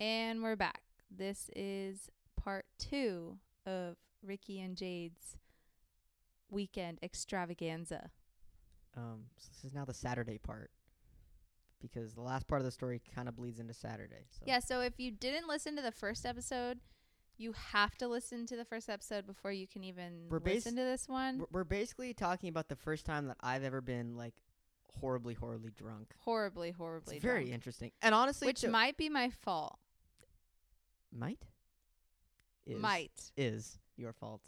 And we're back. This is part two of Ricky and Jade's weekend extravaganza. Um, so this is now the Saturday part because the last part of the story kind of bleeds into Saturday. So Yeah, so if you didn't listen to the first episode, you have to listen to the first episode before you can even We're bas- listen to this one. we're, we're basically talking about the first time that I've ever been like horribly, horribly drunk. horribly, It's horribly. very drunk, interesting, and honestly, which too- might be my fault. might is, might is your fault,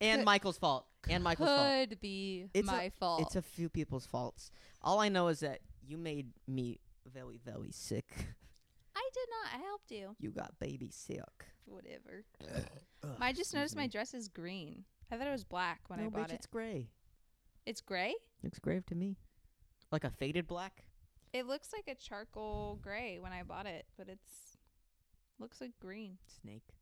and Could- Michael's fault, and Michael's fault. could be It's a- my fault. It's a few people's faults. All I know is that you made me very, very sick. I did not. I helped you. You got baby sick. Whatever. Ugh, I just excuse noticed my me. dress is green. I thought it was black when I no, bought bitch, it. it's gray. It's gray. Looks grave to me. Like a faded black? It looks like a charcoal gray when I bought it, but it's looks like green. Snake.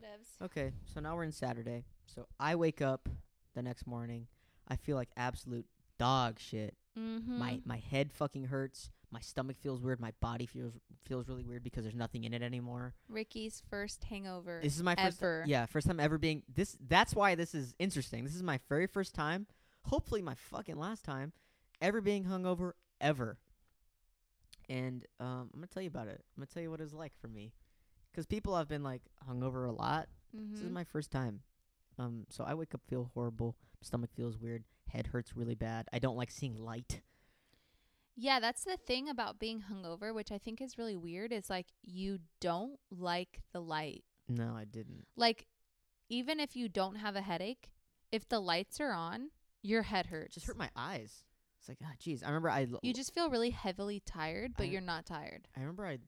Whatevs. Okay, so now we're in Saturday. So I wake up the next morning. I feel like absolute dog shit. Mm-hmm. My my head fucking hurts. My stomach feels weird. My body feels feels really weird because there's nothing in it anymore. Ricky's first hangover. This is my first ever. yeah, first time ever being this that's why this is interesting. This is my very first time, hopefully my fucking last time ever being hungover ever. And um, I'm going to tell you about it. I'm going to tell you what it was like for me. Cuz people have been like hungover a lot. This is Mm-hmm. my first time. Um, so I wake up feel horrible, stomach feels weird, head hurts really bad. I don't like seeing light. Yeah, that's the thing about being hungover, which I think is really weird. Is like you don't like the light. No, I didn't. Like even if you don't have a headache, if the lights are on, your head It hurts. just hurt my eyes. It's like, ah, jeez. I remember I l- you just feel really heavily tired, but I- you're not tired. I remember I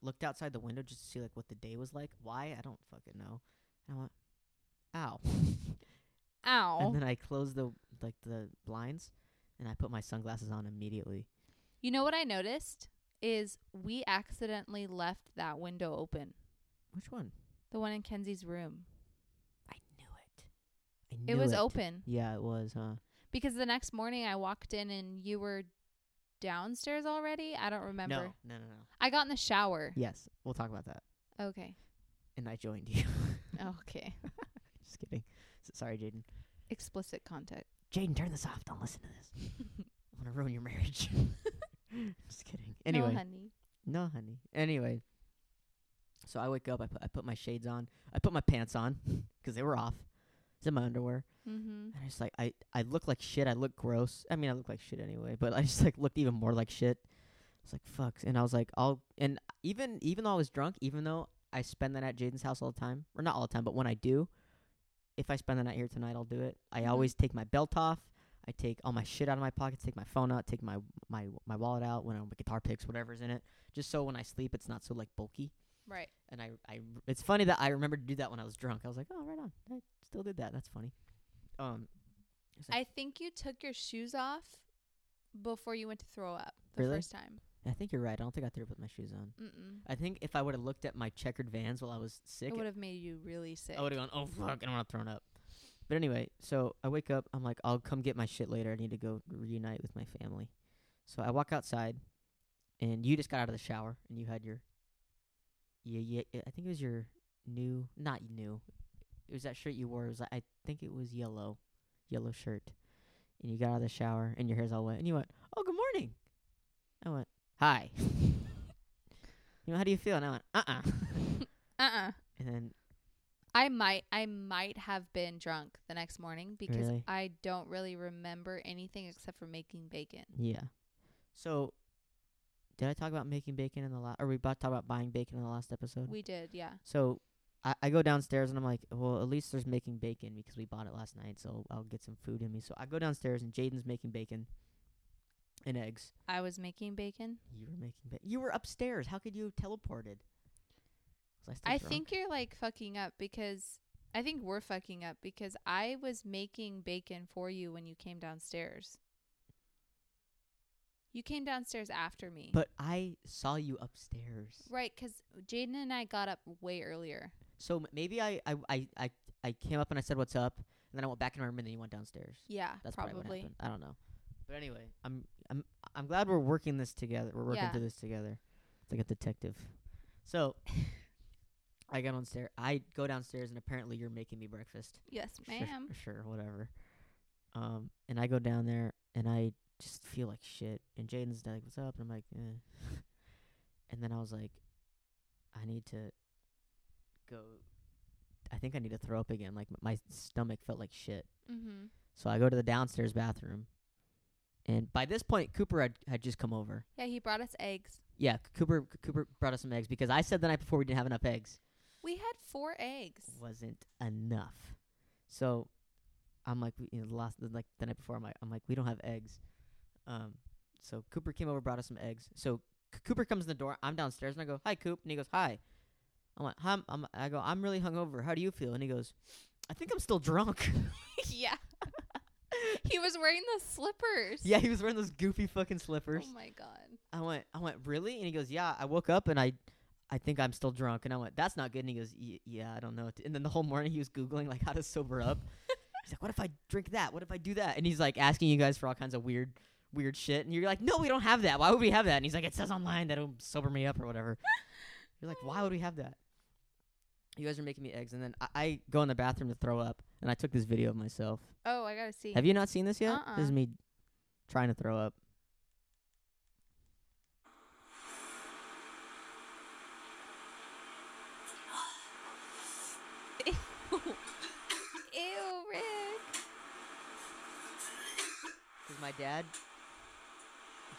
looked outside the window just to see like what the day was like. Why? I don't fucking know. And I went, ow. Ow. And then I closed the like the blinds and I put my sunglasses on immediately. You know what I noticed is we accidentally left that window open, Which one? the one in Kenzie's room. I knew it. I knew it was open Yeah, it was, huh? because the next morning I walked in and you were downstairs already. I don't remember. No, no, no, no. I got in the shower. Yes, we'll talk about that. Okay. And I joined you. Oh. Okay. just kidding. S- sorry, Jaden. Explicit content. Jaden, turn this off. Don't listen to this. I'm gonna ruin your marriage. just kidding. Anyway. No, honey. No, honey. Anyway, so I wake up. I put I put my shades on. I put my pants on 'cause they were off. It's in my underwear. Mm-hmm. And I just like I I look like shit. I look gross. I mean, I look like shit anyway. But I just like looked even more like shit. It's like fuck. And I was like, I'll and even even though I was drunk, even though I spend the night at Jaden's house all the time, or not all the time, but when I do, if I spend the night here tonight, I'll do it. I Mhm. always take my belt off. I take all my shit out of my pockets, take my phone out, take my my my wallet out, when I'm guitar picks, whatever's in it, just so when I sleep, it's not so like bulky. Right. And I, I, it's funny that I remembered to do that when I was drunk. I was like, oh, right on. I still did that. That's funny. Um, it's like- I think you took your shoes off before you went to throw up the Really? first time. I think you're right. I don't think I threw up with my shoes on. Mm-mm. I think if I would have looked at my checkered vans while I was sick, It would have made you really sick. I would have gone, oh fuck, I don't want to thrown up. But anyway, so I wake up. I'm like, I'll come get my shit later. I need to go reunite with my family. So I walk outside, and you just got out of the shower, and you had your, yeah, yeah. I think it was your new, not new. It was that shirt you wore. It was like, I think it was yellow, yellow shirt. And you got out of the shower, and your hair's all wet, and you went, oh good morning. I went, hi. you know how do you feel? And I went, uh uh Uh-uh. And then I might I might have been drunk the next morning because Really? I don't really remember anything except for making bacon. Yeah. So, did I talk about making bacon in the last? Or we about to talk about buying bacon in the last episode? We did, yeah. so, I, I go downstairs and I'm like, well, at least there's making bacon because we bought it last night. So I'll get some food in me. So I go downstairs and Jaden's making bacon and eggs. I was making bacon. You were making bacon. You were upstairs. How could you have teleported? Was I, still I drunk? think you're like fucking up because I think we're fucking up because I was making bacon for you when you came downstairs. You came downstairs after me. But I saw you upstairs. right, 'cause Jaden and I got up way earlier. So m- maybe I, I, I, I, I came up and I said, what's up? And then I went back in my room and then you went downstairs. Yeah, That's probably, what probably. happened. I don't know. But anyway, I'm I'm I'm glad we're working this together. We're working Yeah. through this together. It's like a detective. So I got downstairs. I go downstairs, and apparently you're making me breakfast. Yes, Sure, ma'am. Sure, whatever. Um, and I go down there, and I just feel like shit. And Jaden's like, "What's up?" And I'm like, eh. and then I was like, I need to go. I think I need to throw up again. Like m- my stomach felt like shit. Mm-hmm. So I go to the downstairs bathroom, and by this point, Cooper had, had just come over. Yeah, he brought us eggs. Yeah, Cooper Cooper brought us some eggs because I said the night before we didn't have enough eggs. We had four eggs. wasn't enough. So I'm like, we- you know, the last the- like the night before, I'm like, I'm like, we don't have eggs. Um, so Cooper came over, brought us some eggs. So C- Cooper comes in the door. I'm downstairs and I go, hi, Coop, and he goes, hi. I'm like, hi, I'm, I go, I'm really hungover. How do you feel? And he goes, I think I'm still drunk. yeah. he was wearing the slippers. yeah, he was wearing those goofy fucking slippers. Oh my god. I went, I went, really? And he goes, yeah. I woke up and I, I think I'm still drunk. And I went, that's not good. And he goes, "Y- yeah, I don't know. what to-" And then the whole morning he was googling like how to sober up. he's like, what if I drink that? What if I do that? And he's like asking you guys for all kinds of weird, weird shit. And you're like, no, we don't have that. Why would we have that? And he's like, it says online that it'll sober me up or whatever. you're like, why would we have that? You guys are making me eggs. And then I, I go in the bathroom to throw up, and I took this video of myself. Oh, I gotta see. Have you not seen this yet? Uh-uh. This is me trying to throw up. Ew, Rick. Because my dad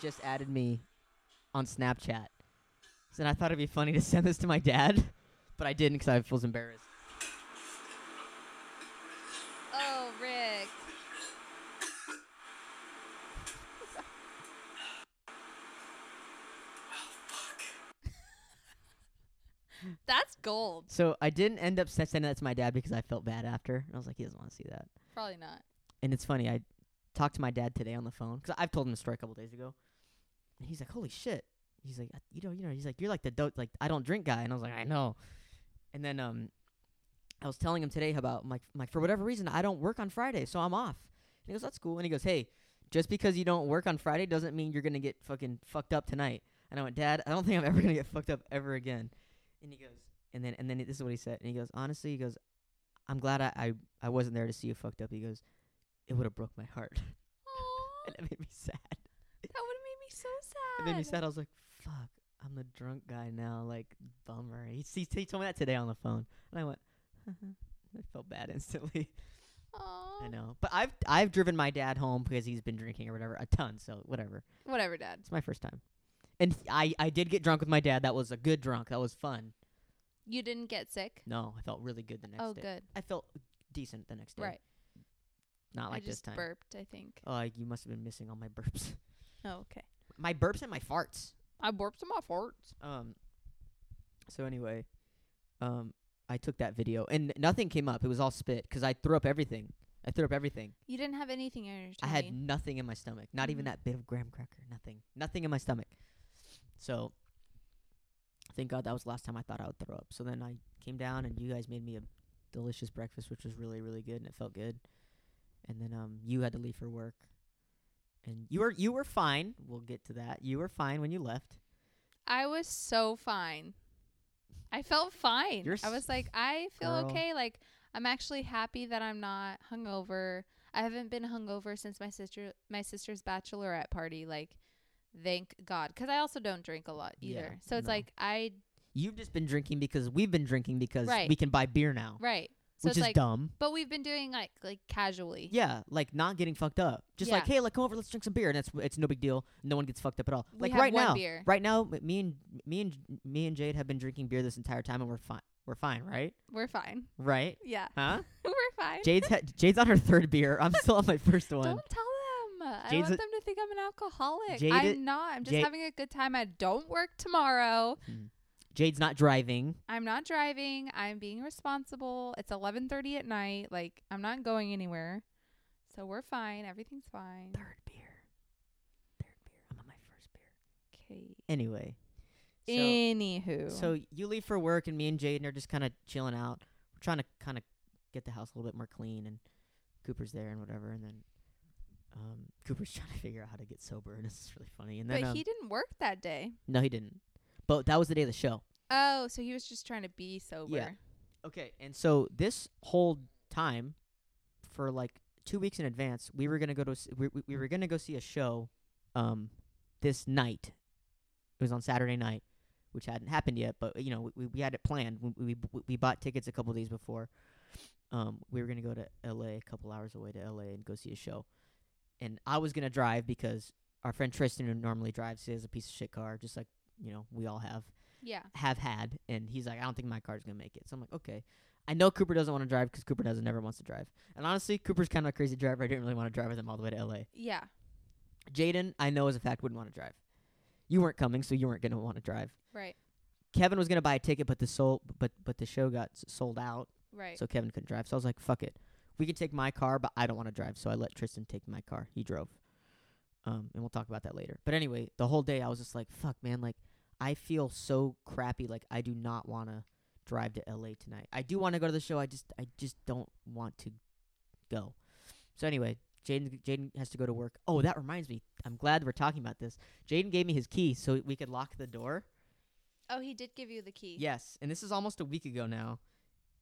just added me on Snapchat. So then I thought it'd be funny to send this to my dad, but I didn't because I was embarrassed. Oh, Rick. That's gold. So I didn't end up sen- sending that to my dad because I felt bad after. I was like, he doesn't want to see that. Probably not. And it's funny, I talked to my dad today on the phone because I've told him the story a couple days ago. And he's like, holy shit. He's like, "I- you know, you know, he's like, you're like the dope, like I don't drink guy. And I was like, I know. And then um, I was telling him today about my, my for whatever reason I don't work on Friday, so I'm off. And he goes, that's cool. And he goes, hey, just because you don't work on Friday doesn't mean you're gonna get fucking fucked up tonight. And I went, Dad, I don't think I'm ever gonna get fucked up ever again. And he goes, and then and then this is what he said. And he goes, honestly, he goes, I'm glad I I, I wasn't there to see you fucked up. He goes, it would have broke my heart, Aw, and it made me sad. that would have made me so sad. It made me sad. I was like, fuck, I'm the drunk guy now. Like, bummer. He, he, he told me that today on the phone, and I went, I felt bad instantly. Aw. I know, but I've I've driven my dad home because he's been drinking or whatever a ton, so whatever. Whatever, Dad. It's my first time. And I, I did get drunk with my dad. That was a good drunk. That was fun. You didn't get sick. No, I felt really good the next oh, day. good. I felt decent the next day. Right. Not like I this just time. burped. I think. Oh, I- you must have been missing all my burps. Oh, okay. my burps and my farts. I burped some off farts. Um. So anyway, um, I took that video and nothing came up. It was all spit because I threw up everything. I threw up everything. You didn't have anything in your I tummy. had nothing in my stomach. Not even Mhm. that bit of graham cracker. Nothing. Nothing in my stomach. So thank God that was the last time I thought I would throw up. So then I came down and you guys made me a delicious breakfast, which was really, really good and it felt good. And then um you had to leave for work. And you were you were fine. We'll get to that. You were fine when you left. I was so fine. I felt fine. You're I was like, I feel girl. okay. Like, I'm actually happy that I'm not hungover. I haven't been hungover since my sister my sister's bachelorette party. Like, thank God, because I also don't drink a lot Yeah, either. so it's no. like I You've just been drinking because we've been drinking because Right. we can buy beer now. right. So it's which is like, dumb. but we've been doing like like casually. Yeah, like not getting fucked up. Just like, Yeah. hey, like come over, let's drink some beer, and it's it's no big deal. No one gets fucked up at all. We like have right one now, beer. right now, m- me and me and me and Jade have been drinking beer this entire time, and we're fine. We're fine, right? We're fine. Right? Yeah, Huh? we're fine. Jade's ha- Jade's on her third beer. I'm still on my first one. Don't tell them. I Jade's don't want a- them to think I'm an alcoholic. Jade i- I'm not. I'm just Jade- having a good time. I don't work tomorrow. Jade's not driving. I'm not driving. I'm being responsible. It's 11:30 at night. Like I'm not going anywhere. So we're fine. Everything's fine. Third beer. Third beer. I'm on my first beer. Okay. Anyway. So, Anywho. So you leave for work, and me and Jaden are just kind of chilling out. We're trying to kind of get the house a little bit more clean, and Cooper's there and whatever. And then um, Cooper's trying to figure out how to get sober, and it's really funny. And then but um, he didn't work that day. no, he didn't. But that was the day of the show. Oh, so he was just trying to be sober. Okay, and so this whole time, for like two weeks in advance, we were gonna go to s- we we, we were gonna go see a show, um, this night. It was on Saturday night, which hadn't happened yet, but you know we- we, we had it planned. We, we we- we bought tickets a couple days before. Um, we were gonna go to L.A. a couple hours away to L.A. and go see a show, and I was gonna drive because our friend Tristan, who normally drives, he has a piece of shit car, just like you know we all have Yeah. have had, and he's like, I don't think my car's gonna make it. So I'm like, okay. I know Cooper doesn't want to drive 'cause Cooper doesn't never wants to drive. And honestly, Cooper's kind of a crazy driver. I didn't really want to drive with him all the way to L.A. Yeah. Jaden, I know as a fact, wouldn't want to drive. You weren't coming, so you weren't gonna want to drive. Right. Kevin was gonna buy a ticket, but the sold, but but the show got s- sold out, Right. so Kevin couldn't drive. So I was like, fuck it, we can take my car, but I don't want to drive, so I let Tristan take my car. He drove, um, and we'll talk about that later. But anyway, the whole day I was just like, fuck, man, like I feel so crappy. Like I do not want to drive to L.A. tonight. I do want to go to the show. I just I just don't want to go. So anyway, Jaden Jaden has to go to work. Oh, that reminds me. I'm glad we're talking about this. Jaden gave me his key so we could lock the door. oh, he did give you the key. Yes, and this is almost a week ago now,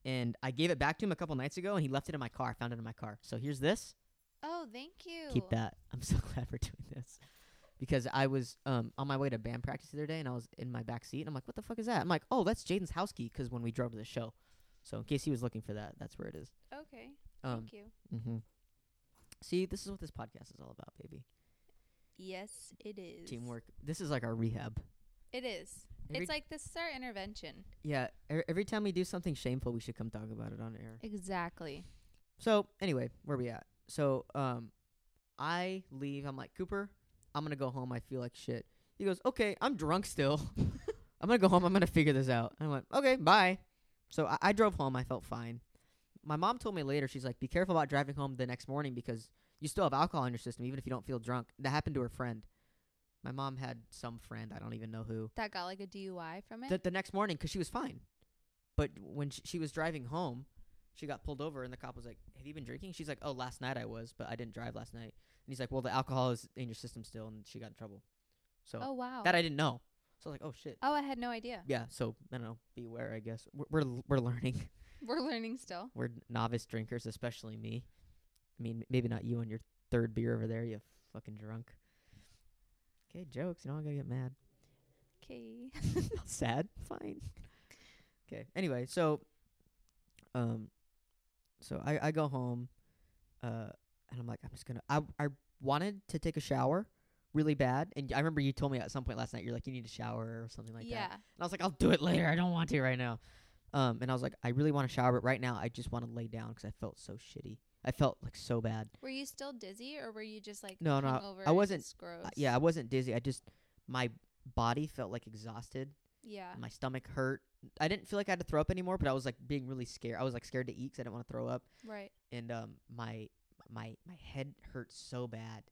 and I gave it back to him a couple nights ago, and he left it in my car. I found it in my car. So here's this. Oh, thank you. Keep that. I'm so glad we're doing this because I was um on my way to band practice the other day, and I was in my back seat, and I'm like, "What the fuck is that?" I'm like, "Oh, that's Jaden's house key 'cause when we drove to the show." So in case he was looking for that, that's where it is. Okay. Um, thank you. hmm See, this is what this podcast is all about, baby. Yes, it is. Teamwork. This is like our rehab. It is. Every- it's like this is our intervention. yeah. e- Every time we do something shameful, we should come talk about it on air. Exactly. So anyway, where we at? So um, I leave. I'm like Cooper. I'm gonna go home. I feel like shit. He goes, okay. I'm drunk still. I'm gonna go home. I'm gonna figure this out. And I went, okay, bye. So I, I drove home. I felt fine. My mom told me later. She's like, be careful about driving home the next morning because you still have alcohol in your system, even if you don't feel drunk. That happened to her friend. My mom had some friend. I don't even know who That got like a DUI from it. the, the next morning 'cause she was fine. But when she, she was driving home, she got pulled over, and the cop was like, "Have you been drinking?" She's like, "Oh, last night I was, but I didn't drive last night." And he's like, "Well, the alcohol is in your system still," and she got in trouble. So oh wow. that I didn't know. So I was like, "Oh shit." oh, I had no idea. Yeah. So I don't know. Beware, I guess. We're we're, l- we're learning. We're learning still. we're novice drinkers, especially me. I mean, maybe not you on your third beer over there. You fucking drunk. Okay, jokes. You know I'm gonna get mad. Okay. sad. Fine. Okay. Anyway, so um so I, I go home uh and I'm like, I'm just gonna I I wanted to take a shower really bad. And I remember you told me at some point last night, you're like, you need a shower or something like yeah. that. And I was like, I'll do it later. I don't want to right now. Um and I was like, I really want to shower, but right now I just want to lay down 'cause I felt so shitty. I felt like so bad. Were you still dizzy or were you just like No, no, hungover I and wasn't- just gross? Uh, yeah, I wasn't dizzy. I just my body felt like exhausted. Yeah. My stomach hurt. I didn't feel like I had to throw up anymore, but I was like being really scared. I was like scared to eat 'cause I didn't want to throw up, Right. and um, my my my head hurt so bad.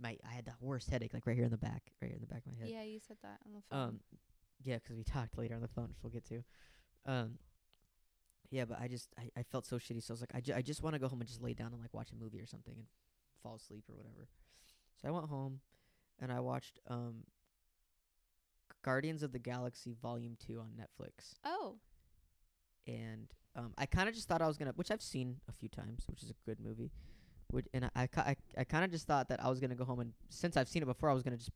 My I had the worst headache, like right here in the back, right here in the back of my head. Yeah, you said that on the phone. Um, yeah, 'cause we talked later on the phone, which we'll get to. Um, yeah, but I just I, I felt so shitty, so I was like, I, ju- I just want to go home and just lay down and like watch a movie or something and fall asleep or whatever. So I went home, and I watched um, Guardians of the Galaxy Volume Two on Netflix oh, and um, I kind of just thought I was gonna, which I've seen a few times, which is a good movie. Which and I, I, ki- I, I kind of just thought that I was gonna go home and since I've seen it before, I was gonna just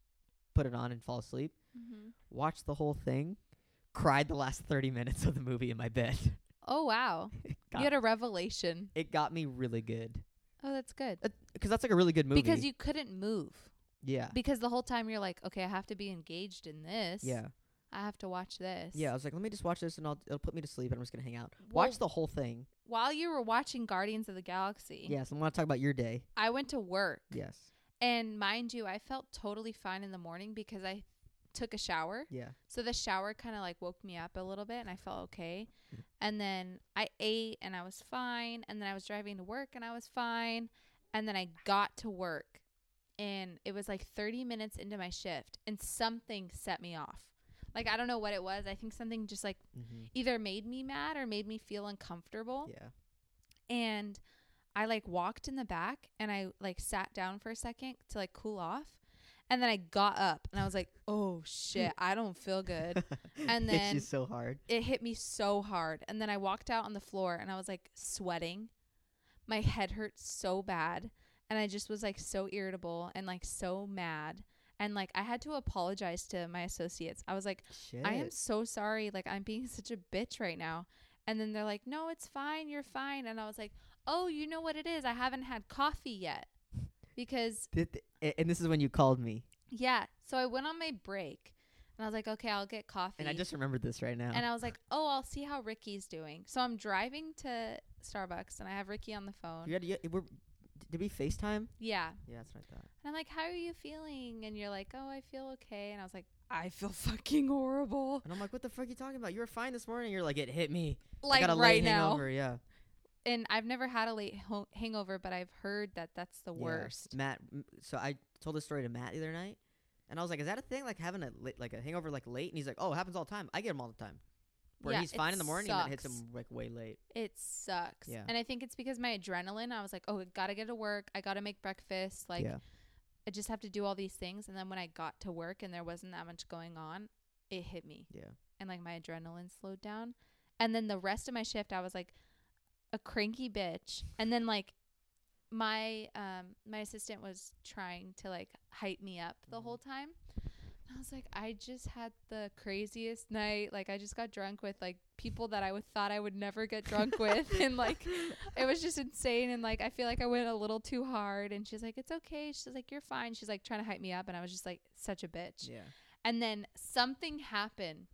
put it on and fall asleep. hmm Watched the whole thing, cried the last thirty minutes of the movie in my bed. oh wow! it, You got, had a revelation. it got me really good Oh, that's good. because that's like a really good movie. Because you couldn't move. yeah, Because the whole time you're like, okay, I have to be engaged in this. yeah, I have to watch this. yeah. I was like, let me just watch this and I'll, it'll put me to sleep and I'm just gonna hang out. Well- Watch the whole thing. While you were watching Guardians of the Galaxy, Yes, I'm gonna talk about your day. I went to work. Yes, And mind you, I felt totally fine in the morning because I took a shower. yeah. So the shower kind of like woke me up a little bit and I felt okay. And then I ate and I was fine. And then I was driving to work and I was fine. And then I got to work and it was like 30 minutes into my shift and something set me off. Like I don't know what it was. I think something just like Mm-hmm. either made me mad or made me feel uncomfortable. Yeah. And I like walked in the back and I like sat down for a second to like cool off. And then I got up and I was like, oh shit, I don't feel good. And Hits then- you so hard. It hit me so hard. And then I walked out on the floor and I was like sweating. My head hurt so bad. And I just was like so irritable and like so mad. And like I had to apologize to my associates. I was like, Shit. I am so sorry. Like, I'm being such a bitch right now. And then they're like, no, it's fine. You're fine. And I was like, oh, you know what it is? I haven't had coffee yet. Because, Th- th- a- and this is when you called me, yeah. So I went on my break and I was like, okay, I'll get coffee. and I just remembered this right now. And I was like, oh, I'll see how Ricky's doing. So I'm driving to Starbucks and I have Ricky on the phone. you had, you, we're, did we FaceTime? Yeah. Yeah, that's what I thought. And I'm like, how are you feeling? And you're like, oh, I feel okay. And I was like, I feel fucking horrible. And I'm like, what the fuck are you talking about? You were fine this morning. You're like, it hit me. I Like got a right late now. hangover. Yeah. and I've never had a late ho- hangover, but I've heard that that's the Yeah. worst. Matt. m- So I told this story to Matt the other night, and I was like, "Is that a thing? Like having a late, like a hangover like late?" And he's like, "Oh, it happens all the time. I get them all the time. Where Yeah, he's fine it in the morning, and it hits sucks. him like way late. It sucks. Yeah. And I think it's because my adrenaline, I was like, oh, I gotta get to work. I gotta make breakfast. Like, yeah. I just have to do all these things. And then when I got to work and there wasn't that much going on, it hit me. Yeah. And like my adrenaline slowed down. And then the rest of my shift, I was like a cranky bitch. And then like, my um my assistant was trying to like hype me up the Mhm. whole time. And I was like, I just had the craziest night. Like I just got drunk with like people that I would thought I would never get drunk with and like it was just insane and like I feel like I went a little too hard and she's like, It's okay. She's like, You're fine. She's like trying to hype me up and I was just like such a bitch. Yeah. And then something happened.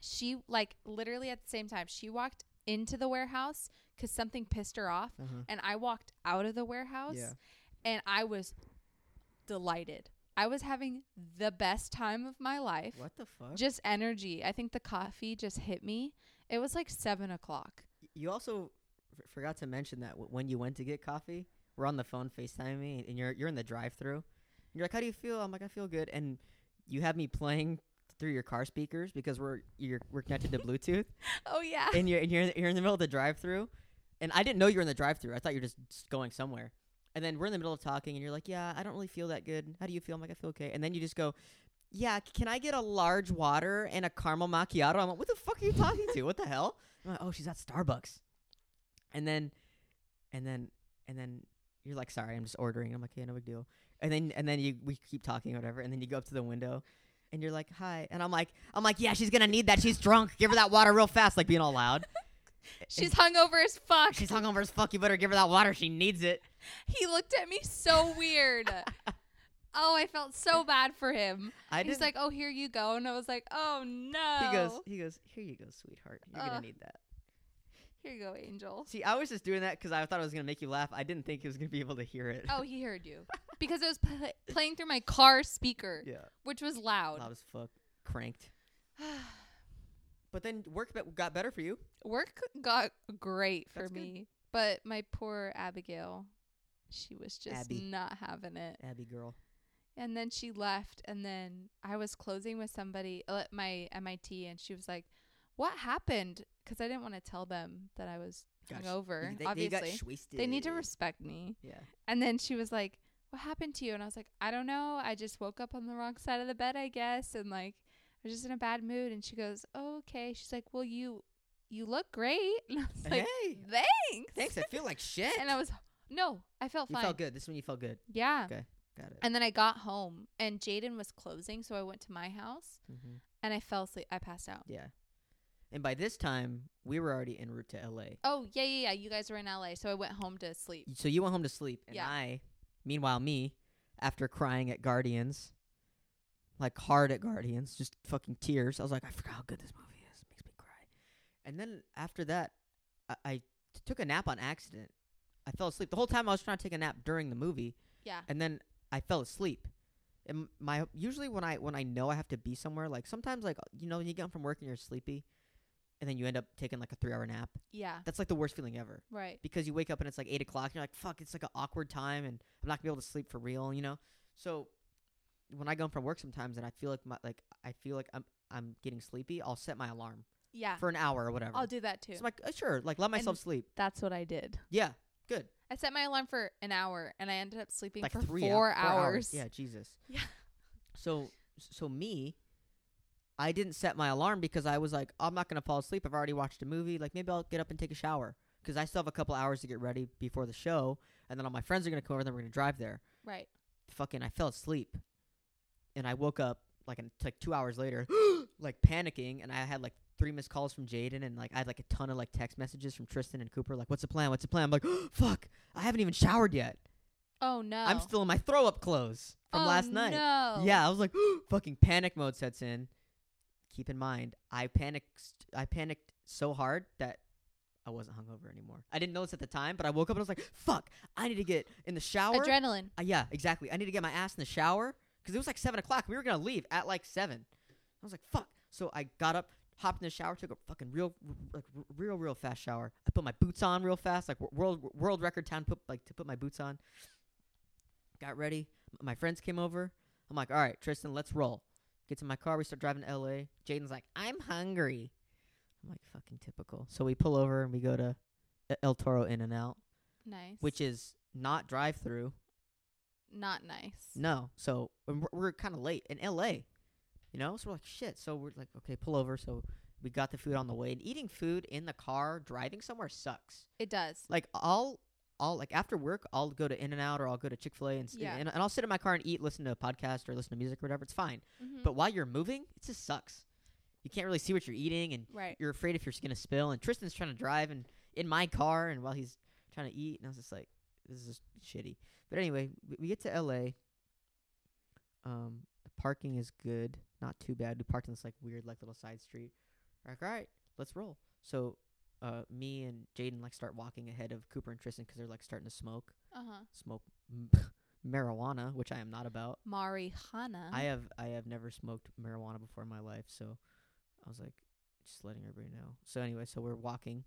She like literally at the same time, she walked into the warehouse 'cause something pissed her off Uh-huh. and I walked out of the warehouse Yeah. and I was delighted. I was having the best time of my life. What the fuck? Just energy. I think the coffee just hit me. It was like seven o'clock. Y- You also f- forgot to mention that w- when you went to get coffee, we're on the phone FaceTiming me, and you're you're in the drive-through. You're like, "How do you feel?" I'm like, "I feel good." And you have me playing through your car speakers because we're you're we're connected to Bluetooth, Oh yeah. and you're and you're in- you're in the middle of the drive-through. And I didn't know you were in the drive-through. I thought you were just s- going somewhere. And then we're in the middle of talking, and you're like, "Yeah, I don't really feel that good. How do you feel?" I'm like, "I feel okay." And then you just go. Yeah, c- can I get a large water and a caramel macchiato? I'm like, what the fuck are you talking to? What the hell? I'm like, oh, she's at Starbucks. And then, and then, and then you're like, sorry, I'm just ordering. I'm like, yeah, no big deal. And then, and then you, we keep talking or whatever. And then you go up to the window and you're like, hi. And I'm like, I'm like, yeah, she's going to need that. She's drunk. Give her that water real fast. Like being all loud. She's hungover as fuck. She's hungover as fuck. You better give her that water. She needs it. he looked at me so weird. oh, I felt so bad for him. I He's didn't- like, "Oh, here you go," and I was like, "Oh no." he goes, he goes, here you go, sweetheart. You're Uh. going to need that. "Here you go, Angel." See, I was just doing that because I thought it was going to make you laugh. I didn't think he was going to be able to hear it. Oh, he heard you because it was pl- playing through my car speaker, yeah. which was loud. I was fuck cranked. But then work be- got better for you. Work got great for That's good. me, but my poor Abigail, she was just Abby. not having it. Abby girl. And then she left, and then I was closing with somebody uh, at my MIT, and she was like, "What happened?" Because I didn't want to tell them that I was Got sh- hungover. They, they got obviously, shwasted. they need to respect me. yeah. And then she was like, "What happened to you?" And I was like, "I don't know. I just woke up on the wrong side of the bed, I guess, and like I was just in a bad mood." And she goes, oh, "Okay." She's like, "Well, you you look great." And I was like, hey, "Thanks." thanks. I feel like shit. and I was no, I felt you fine. felt good. This one you felt good. Yeah. Okay. Got it. And then I got home and Jaden was closing, so I went to my house hmm and I fell asleep. I passed out. Yeah. And by this time, we were already en route to L.A. Oh, yeah, yeah, yeah. You guys were in LA, so I went home to sleep. So you went home to sleep, and Yeah. I, meanwhile, me, after crying at Guardians, like hard at Guardians, just fucking tears. I was like, I forgot how good this movie is. It makes me cry. And then after that, I, I t- took a nap on accident. I fell asleep the whole time. I was trying to take a nap during the movie, Yeah. and then I fell asleep. And my usually when I when I know I have to be somewhere, like sometimes like you know when you get home from work and you're sleepy, and then you end up taking like a three hour nap. Yeah. That's like the worst feeling ever Right. because you wake up and it's like eight o'clock and you're like, fuck, it's like an awkward time and I'm not gonna be able to sleep for real, you know? So when I go home from work sometimes and I feel like my like I feel like I'm I'm getting sleepy, I'll set my alarm Yeah. for an hour or whatever. I'll do that too. so I'm like, uh, sure, like let myself sleep. That's what I did. Yeah, good. I set my alarm for an hour and I ended up sleeping Like for three hou- four, four hours. Yeah, Jesus. Yeah. So so me, I didn't set my alarm because I was like, I'm not gonna fall asleep. I've already watched a movie. Like maybe I'll get up and take a shower because I still have a couple hours to get ready before the show, and then all my friends are gonna come over. and Then we're gonna drive there. Right. Fucking, I fell asleep, and I woke up like an, like two hours later, like panicking, and I had like three missed calls from Jaden, and like I had like a ton of like text messages from Tristan and Cooper. Like, what's the plan? What's the plan? I'm like, fuck, I haven't even showered yet. Oh no. I'm still in my throw up clothes from Oh, last night. No. Yeah, I was like, fucking panic mode sets in. Keep in mind, I panicked. I panicked so hard that I wasn't hungover anymore. I didn't know this at the time, but I woke up and I was like, fuck, I need to get in the shower. Adrenaline. Uh, yeah, exactly. I need to get my ass in the shower because it was like seven o'clock. We were gonna leave at like seven. I was like, fuck. So I got up, hopped in the shower, took a fucking real, like r- real, real fast shower. I put my boots on real fast, like wor- world world record time. Put like to put my boots on. Got ready. M- My friends came over. I'm like, all right, Tristan, let's roll. Get to my car. We start driving to L.A. Jaden's like, I'm hungry. I'm like, fucking typical. So we pull over and we go to uh, El Toro In and Out, Nice. which is not drive through. not nice. No. So and we're, we're kind of late in LA, you know? So we're like, shit. So we're like, okay, pull over. So we got the food on the way. And eating food in the car, driving somewhere sucks. It does. Like, I'll, I'll, like, after work, I'll go to In N Out or I'll go to Chick fil A and, s- Yeah. and, and I'll sit in my car and eat, listen to a podcast or listen to music or whatever. It's fine. Mhm. But while you're moving, it just sucks. You can't really see what you're eating and right. you're afraid if you're going to spill. And Tristan's trying to drive and in my car, and while he's trying to eat, and I was just like, this is just shitty. But anyway, we, we get to LA. Um, the parking is good, not too bad. We parked in this like weird like little side street. We're like, all right, let's roll. So, uh, me and Jaden like start walking ahead of Cooper and Tristan 'cause they're like starting to smoke Uh huh. smoke marijuana, which I am not about. Marihana. I have I have never smoked marijuana before in my life, so I was like just letting everybody know. So anyway, so we're walking.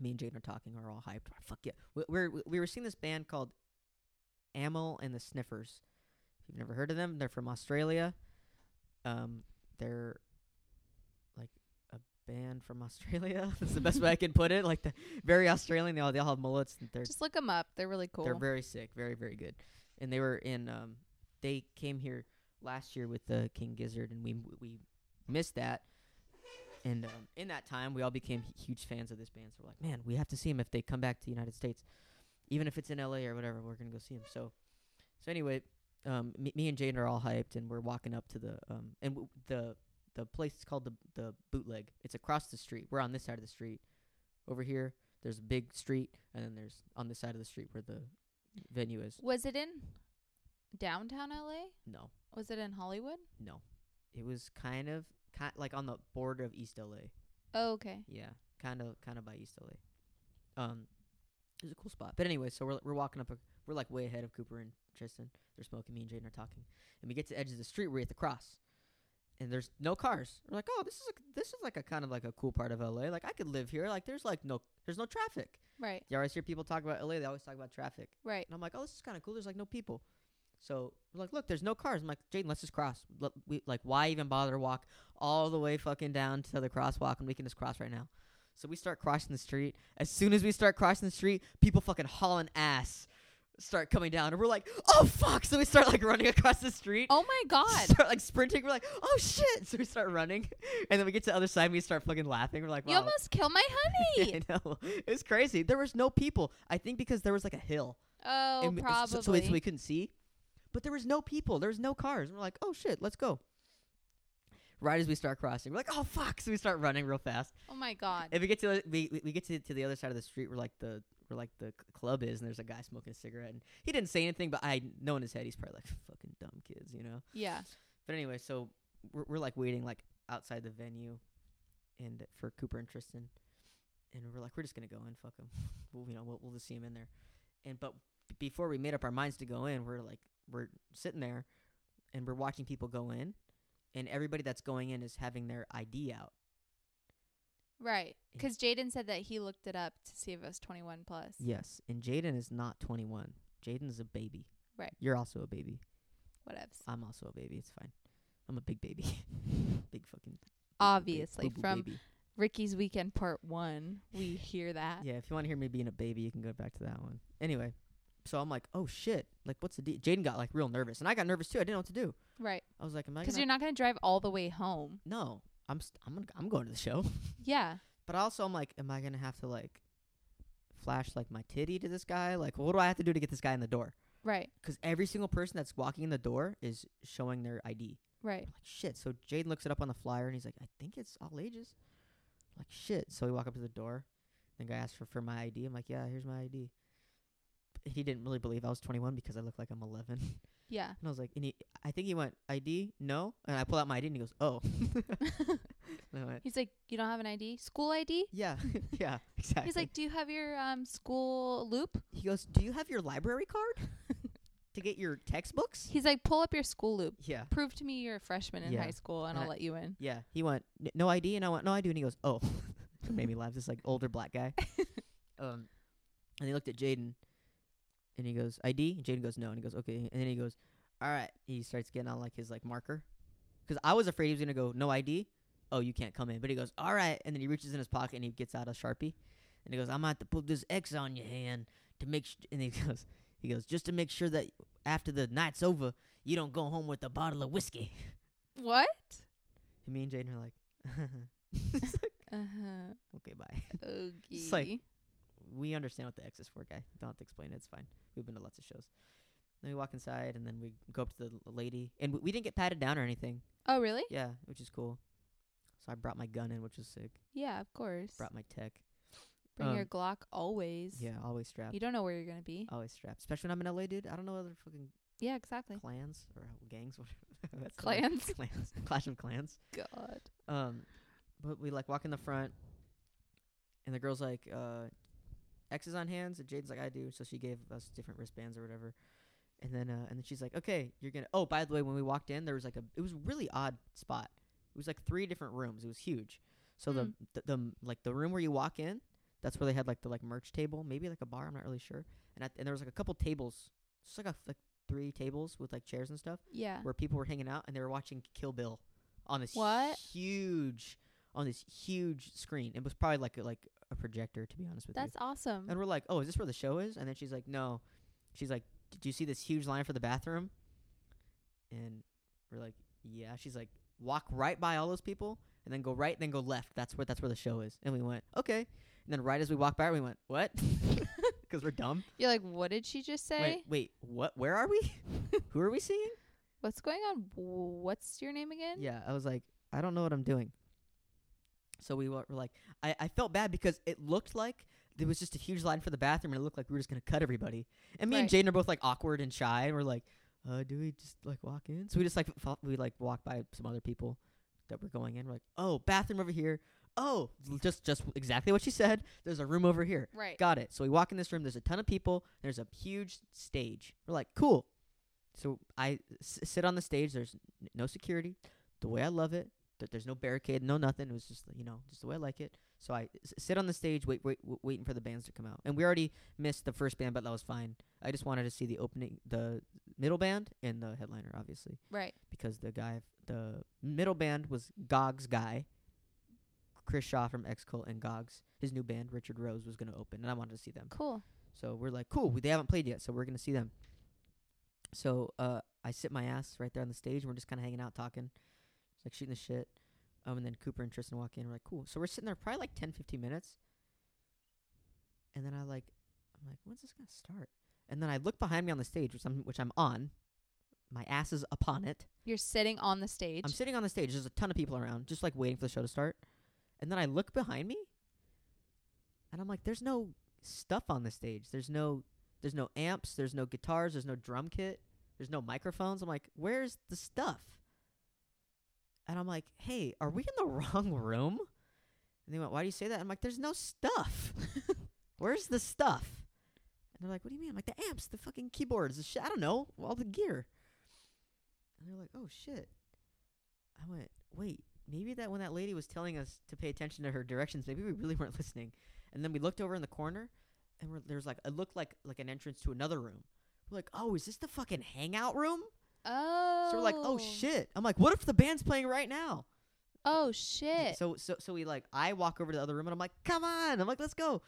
Me and Jaden are talking. We're all hyped. Fuck yeah! We, we're we were seeing this band called Amel and the Sniffers. If you've never heard of them, they're from Australia. Um, they're like a band from Australia. That's the best way I can put it. Like the very Australian. They all they all have mullets. And they're Just look 'em up. They're really cool. they're very sick, very very good. And they were in. Um, they came here last year with the King Gizzard, and we we missed that. And um, in that time, we all became hu- huge fans of this band. So we're like, man, we have to see them if they come back to the United States, even if it's in LA or whatever. We're gonna go see them. So, so anyway, um, me, me and Jane are all hyped, and we're walking up to the um, and w- the the place is called the the bootleg. It's across the street. We're on this side of the street. Over here, there's a big street, and then there's on this side of the street where the venue is. Was it in downtown LA? No, Was it in Hollywood? no, it was kind of kind like on the border of East LA. Oh, okay. Yeah, kind of, kind of by East LA. Um, it was a cool spot. But anyway, so we're we're walking up. A, we're like way ahead of Cooper and Tristan. They're smoking. Me and Jaden are talking, and we get to the edge of the street. We're at the cross, and there's no cars. We're like, oh, this is a, this is like a kind of like a cool part of LA. Like I could live here. Like there's like no there's no traffic. Right. You always hear people talk about LA. They always talk about traffic. Right. And I'm like, oh, this is kind of cool. There's like no people. So we're like, look, there's no cars. I'm like, Jaden, let's just cross. Let- we, like, why even bother walk all the way fucking down to the crosswalk and we can just cross right now. So we start crossing the street. As soon as we start crossing the street, people fucking hauling ass start coming down. And we're like, oh, fuck. So we start like running across the street. Oh my God. Start like sprinting. We're like, oh shit! So we start running, and then we get to the other side. and We start fucking laughing. We're like, You wow, almost killed my honey. I know it was crazy. There was no people. I think because there was like a hill, oh, and we- probably. So, so, we, so we couldn't see. But there was no people. There was no cars. And we're like, oh shit, let's go. Right as we start crossing, we're like, oh fuck! So we start running real fast. oh my God. If we get to the- we, we- we get to, to the other side of the street where like the where like the c- club is, and there's a guy smoking a cigarette, and he didn't say anything, but I know in his head he's probably like fucking dumb kids, you know. yeah. But anyway, so we're, we're like waiting like outside the venue, and for Cooper and Tristan, and we're like we're just gonna go in, fuck 'em. we'll, you know, we'll, we'll just see 'em in there. And but b- before we made up our minds to go in, we're like we're sitting there, and we're watching people go in, and everybody that's going in is having their ID out. Right. Yeah. 'Cause Jaden said that he looked it up to see if it was 21 plus. Yes, and Jaden is not 21. Jaden's a baby. Right. You're also a baby. Whatevs. I'm also a baby. It's fine. I'm a big baby. big fucking Obviously, boo-boo from baby. Ricky's Weekend Part 1, we hear that. Yeah, if you want to hear me being a baby, you can go back to that one. Anyway, so I'm like, oh shit, Like, what's the deal? Jaden got like real nervous, and I got nervous too. I didn't know what to do. Right. I was like, am I? Because Gonna, you're not going to drive all the way home. no, I'm st- I'm gonna, I'm going to the show. Yeah. but also, I'm like, am I gonna have to like flash like my titty to this guy? Like, what do I have to do to get this guy in the door? Right. Because every single person that's walking in the door is showing their ID. Right. I'm like, shit. So Jaden looks it up on the flyer and he's like, I think it's all ages. I'm like, shit. So we walk up to the door. The guy asks for, for my ID. I'm like, yeah, here's my ID. But he didn't really believe I was 21 because I look like I'm 11. and Yeah. I was like, and he, I think he went, ID? No. And I pull out my ID and he goes, oh. and I went, He's like, you don't have an ID? School ID? yeah, yeah, exactly. He's like, do you have your um school loop? he goes, do you have your library card to get your textbooks? He's like, pull up your school loop. Yeah. Prove to me you're a freshman in Yeah. high school, and And I'll I- let you in. Yeah, he went "N- no ID, and I went no I do, and he goes oh, it made me laugh. This like older black guy, um, and he looked at Jaden, and he goes ID, and Jaden goes no, and he goes okay, and then he goes all right. He starts getting on like his like marker, because I was afraid he was gonna go no ID, oh you can't come in, but he goes all right, and then he reaches in his pocket and he gets out a sharpie, and he goes I'm gonna have to put this X on your hand to make, sh-, and he goes he goes just to make sure that after the night's over you don't go home with a bottle of whiskey. What? And me and Jaden are like, It's like, Uh huh. okay, bye. Okay. like- We understand what the X is for, guy. Don't have to explain it. It's fine. We've been to lots of shows. Then we walk inside, and then we go up to the l- lady, and we, we didn't get patted down or anything. oh, really? Yeah, which is cool. So I brought my gun in, which was sick. Yeah, of course. Brought my tech. Bring your um, Glock always. Yeah, always strapped. You don't know where you're gonna be. Always strapped. Especially when I'm in LA, dude. I don't know other fucking Yeah, exactly. clans or gangs. Whatever. That's the word. Clans. clans. Clash of clans. God. Um, but we like walk in the front, and the girl's like, uh, X is on hands, and Jade's like, I do. So she gave us different wristbands or whatever. And then, uh, and then she's like, okay, you're gonna. Oh, by the way, when we walked in, there was like a. It was a really odd spot. It was like three different rooms. It was huge. So the, Mm. the the like the room where you walk in, that's where they had like the like merch table, maybe like a bar. I'm not really sure. And at, and there was like a couple tables, just like a like three tables with like chairs and stuff Yeah. where people were hanging out and they were watching Kill Bill on this What? huge on this huge screen. It was probably like a, like a projector to be honest with That's you. awesome. And we're like, "Oh, is this where the show is?" And then she's like, "No." She's like, "Did you see this huge line for the bathroom?" And we're like, "Yeah." She's like, "Walk right by all those people and then go right and then go left. That's where that's where the show is." And we went, "Okay." And then right as we walked by, we went, "What?" Cuz we're dumb. You're like, what did she just say? Wait, wait, what? Where are we? Who are we seeing? What's going on? What's your name again? Yeah, I was like, I don't know what I'm doing. So we wa- were like, I, I felt bad because it looked like there was just a huge line for the bathroom, and it looked like we were just gonna cut everybody. And me and Jaden are both like awkward and shy, and we're like, uh, do we just like walk in? So we just like fo- we like walked by some other people that were going in. We're like, oh, bathroom over here. Oh, l- just just exactly what she said. There's a room over here. Right. Got it. So we walk in this room. There's a ton of people. There's a huge stage. We're like, cool. So I s- sit on the stage. There's n- no security. The way I love it. Th- there's no barricade. No nothing. It was just you know just the way I like it. So I s- sit on the stage, wait, wait, w- waiting for the bands to come out. And we already missed the first band, but that was fine. I just wanted to see the opening, the middle band, and the headliner, obviously, Right. because the guy, the middle band was Gog's guy, Chris Shaw from X Cult, and Gog's his new band, Richard Rose, was gonna open, and I wanted to see them. Cool. So we're like, cool, they haven't played yet, so we're gonna see them. So uh, I sit my ass right there on the stage, and we're just kind of hanging out, talking, just, like shooting the shit. Um, and then Cooper and Tristan walk in. We're like, cool. So we're sitting there probably like ten, fifteen minutes. And then I like, I'm like, when's this gonna start? And then I look behind me on the stage, which I'm which I'm on. My ass is upon it. You're sitting on the stage. I'm sitting on the stage. There's a ton of people around, just like waiting for the show to start. And then I look behind me, and I'm like, "There's no stuff on the stage. There's no, there's no amps. There's no guitars. There's no drum kit. There's no microphones." I'm like, "Where's the stuff?" And I'm like, "Hey, are we in the wrong room?" And they went, "Why do you say that?" I'm like, "There's no stuff. Where's the stuff?" And they're like, "What do you mean?" I'm like, "The amps, the fucking keyboards, the shit. I don't know, all the gear." And they're like, "Oh shit." I went, wait, maybe that when that lady was telling us to pay attention to her directions, maybe we really weren't listening. And then we looked over in the corner, and we're, there's like it looked like like an entrance to another room. We're like, oh, is this the fucking hangout room? oh. So we're like, oh shit. I'm like, what if the band's playing right now? Oh shit. So so so we like I walk over to the other room and I'm like, come on. I'm like, let's go.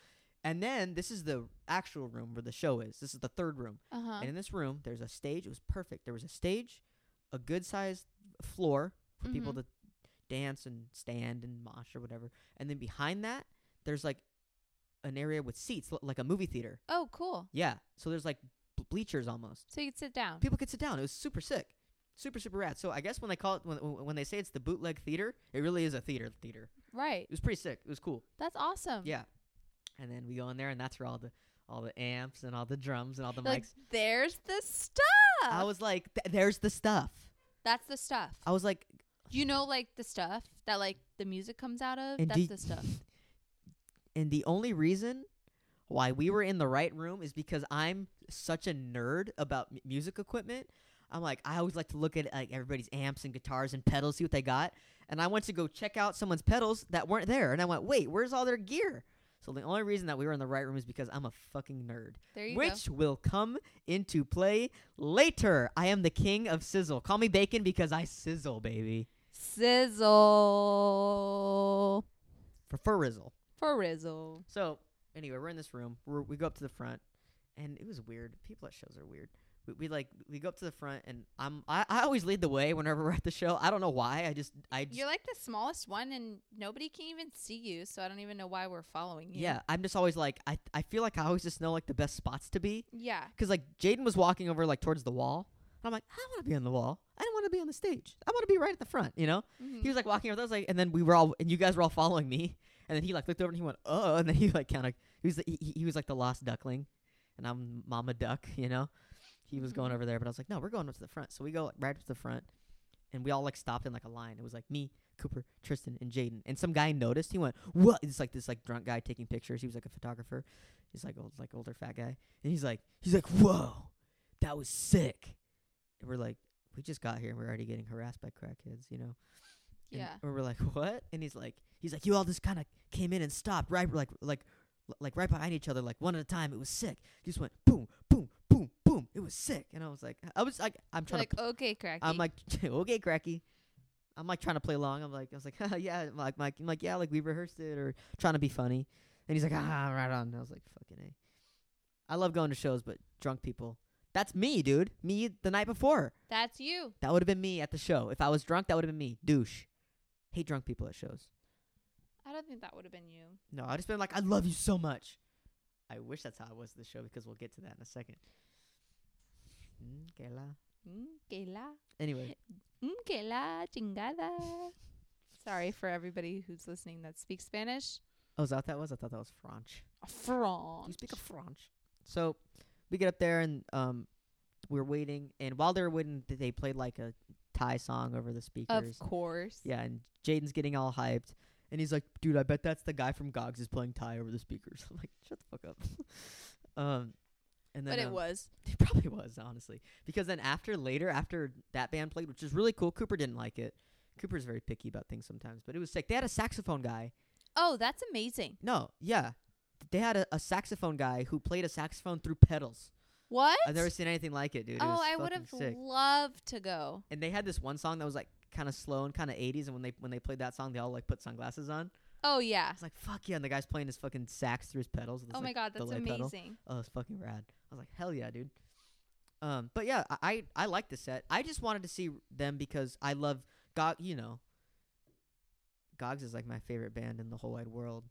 And then this is the actual room where the show is. This is the third room. Uh huh. And in this room, there's a stage. It was perfect. There was a stage, a good sized floor for people Mhm. to dance and stand and mosh or whatever. And then behind that, there's like an area with seats, l- like a movie theater. Oh, cool. Yeah. So there's like b- bleachers almost. So you could sit down. People could sit down. It was super sick. Super, super rad. So I guess when they call it, when, when they say it's the bootleg theater, it really is a theater theater. Right. It was pretty sick. It was cool. That's awesome. Yeah. And then we go in there, and that's where all the all the amps and all the drums and all the You're like, uh, mics. there's the stuff. I was like, "Th- there's the stuff. That's the stuff. I was like, You know, like the stuff that like the music comes out of. And That's do- the stuff. and the only reason why we were in the right room is because I'm such a nerd about m- music equipment. I'm like, I always like to look at like everybody's amps and guitars and pedals, see what they got. And I went to go check out someone's pedals that weren't there, and I went, wait, where's all their gear? So the only reason that we were in the right room is because I'm a fucking nerd, There you which will come into play later. I am the king of sizzle. Call me bacon because I sizzle, baby, Sizzle for fur rizzle. for Rizzle. So anyway, we're in this room. We're, we go up to the front, and it was weird. People at shows are weird. We, we like we go up to the front, and I'm I, I always lead the way whenever we're at the show. I don't know why. I just I just, You're like the smallest one, and nobody can even see you, so I don't even know why we're following you. yeah. I'm just always like I I feel like I always just know like the best spots to be Yeah. because like Jaden was walking over like towards the wall. And I'm like I want to be on the wall. I don't want to be on the stage. I want to be right at the front. You know. Mhm. He was like walking over. I was like, and then we were all and you guys were all following me. And then he like looked over and he went oh, and then he like kind of he was the, he, he was like the lost duckling, and I'm Mama Duck, you know. He was going Mhm. over there, but I was like, no, we're going up to the front. So we go like, right up to the front, and we all like stopped in like a line. It was like me, Cooper, Tristan, and Jaden. And some guy noticed. He went, what? It's like this like drunk guy taking pictures. He was like a photographer. He's like old like older fat guy, and he's like he's like whoa, that was sick. And we're like. We just got here and we're already getting harassed by crack kids, you know. And yeah. we we're like, what? And he's like, he's like, you all just kind of came in and stopped right, like, like, like right behind each other, like one at a time. It was sick. You just went boom, boom, boom, boom. It was sick. And I was like, I was like, I'm You're trying like oh, to, okay, cracky. I'm like, okay, cracky. I'm like trying to play along. I'm like, I was like, yeah, I'm like, Mike, I'm like, yeah, like we rehearsed it or trying to be funny. And he's like, ah, right on. And I was like, fucking a. I love going to shows, but drunk people. That's me, dude. Me the night before. that's you. That would have been me at the show. If I was drunk, that would have been me. Douche. Hate drunk people at shows. I don't think that would have been you. No, I'd just been like, I love you so much. I wish that's how I was at the show because we'll get to that in a second. Mm, que la- Mm, que la, Anyway, mm, que la chingada. Sorry for everybody who's listening that speaks Spanish. oh, is that what that was? I thought that was French. Fran. You speak of French. So we get up there and um, we're waiting. And while they were waiting, th- they played like a Thai song over the speakers. Of course. Yeah, and Jaden's getting all hyped, and he's like, "Dude, I bet that's the guy from Gogs is playing Ty over the speakers." I'm like, "Shut the fuck up." um, and then but it um, was. it probably was honestly because then after later after that band played, which is really cool. Cooper didn't like it. Cooper's very picky about things sometimes, but it was sick. They had a saxophone guy. Oh, that's amazing. No, yeah, they had a, a saxophone guy who played a saxophone through pedals. What? I've never seen anything like it, dude. It oh, was I would fucking have sick. loved to go. And they had this one song that was like kind of slow and kind of 80s, and when they when they played that song, they all like put sunglasses on. Oh yeah. I was like, fuck yeah. And the guy's playing his fucking sax through his pedals. with his, Oh my like, god, that's delay pedal. amazing. Oh, it's fucking rad. I was like, hell yeah, dude. Um, but yeah, I, I, I like the set. I just wanted to see them because I love Gog, you know. Gogs is like my favorite band in the whole wide world.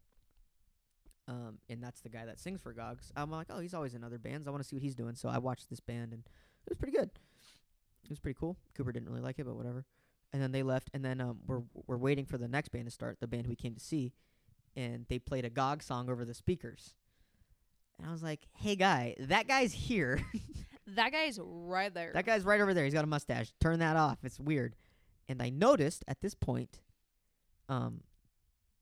Um, and that's the guy that sings for Gogs. I'm like, oh, he's always in other bands. I want to see what he's doing. So I watched this band and it was pretty good. It was pretty cool. Cooper didn't really like it, but whatever. And then they left, and then um, we're we're waiting for the next band to start, the band we came to see, and they played a Gog song over the speakers. And I was like, "Hey, guy, that guy's here. That guy's right there. that guy's right over there. He's got a mustache. Turn that off. It's weird." And I noticed at this point, um,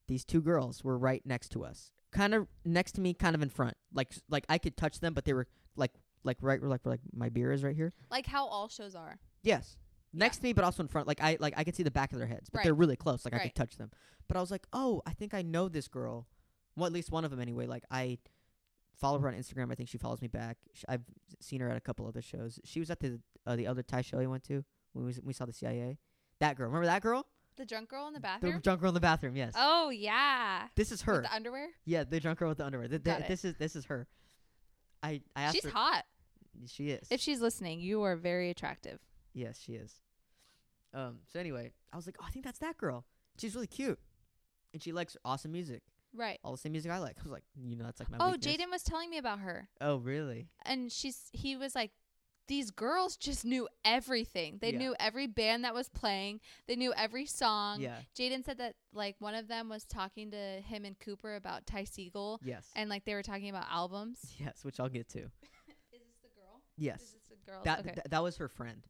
these two girls were right next to us, kind of next to me, kind of in front. Like like I could touch them, but they were like like right where like where like my beer is right here. like how all shows are. Yes. Yeah. Next to me, but also in front. Like I like I could see the back of their heads, but they're Right. really close. Like I Right. could touch them. But I was like, oh, I think I know this girl. Well, at least one of them anyway. Like I follow her on Instagram. I think she follows me back. Sh I've seen her at a couple other shows. She was at the uh, the other Thai show I went to when we, s- we saw the CIA. That girl. Remember that girl? The drunk girl in the The bathroom. drunk girl in the bathroom. Yes. oh yeah. This is With her. the underwear. yeah, the drunk girl with the underwear. Th- Got th- it. this is this is her. I I asked She's her. hot. She is. If she's listening, you are very attractive. yes, she is. Um. So anyway, I was like, oh, I think that's that girl. She's really cute, and she likes awesome music. Right. All the same music I like. I was like, you know, that's like my. oh, weakness. Jaden was telling me about her, Oh, really? and she's he was like, these girls just knew everything. They Yeah. knew every band that was playing. They knew every song. Yeah. Jaden said that like one of them was talking to him and Cooper about Ty Segall, Yes. and like they were talking about albums. yes, which I'll get to. Is this the girl? Yes. Is this the girl? That okay. th- that was her friend.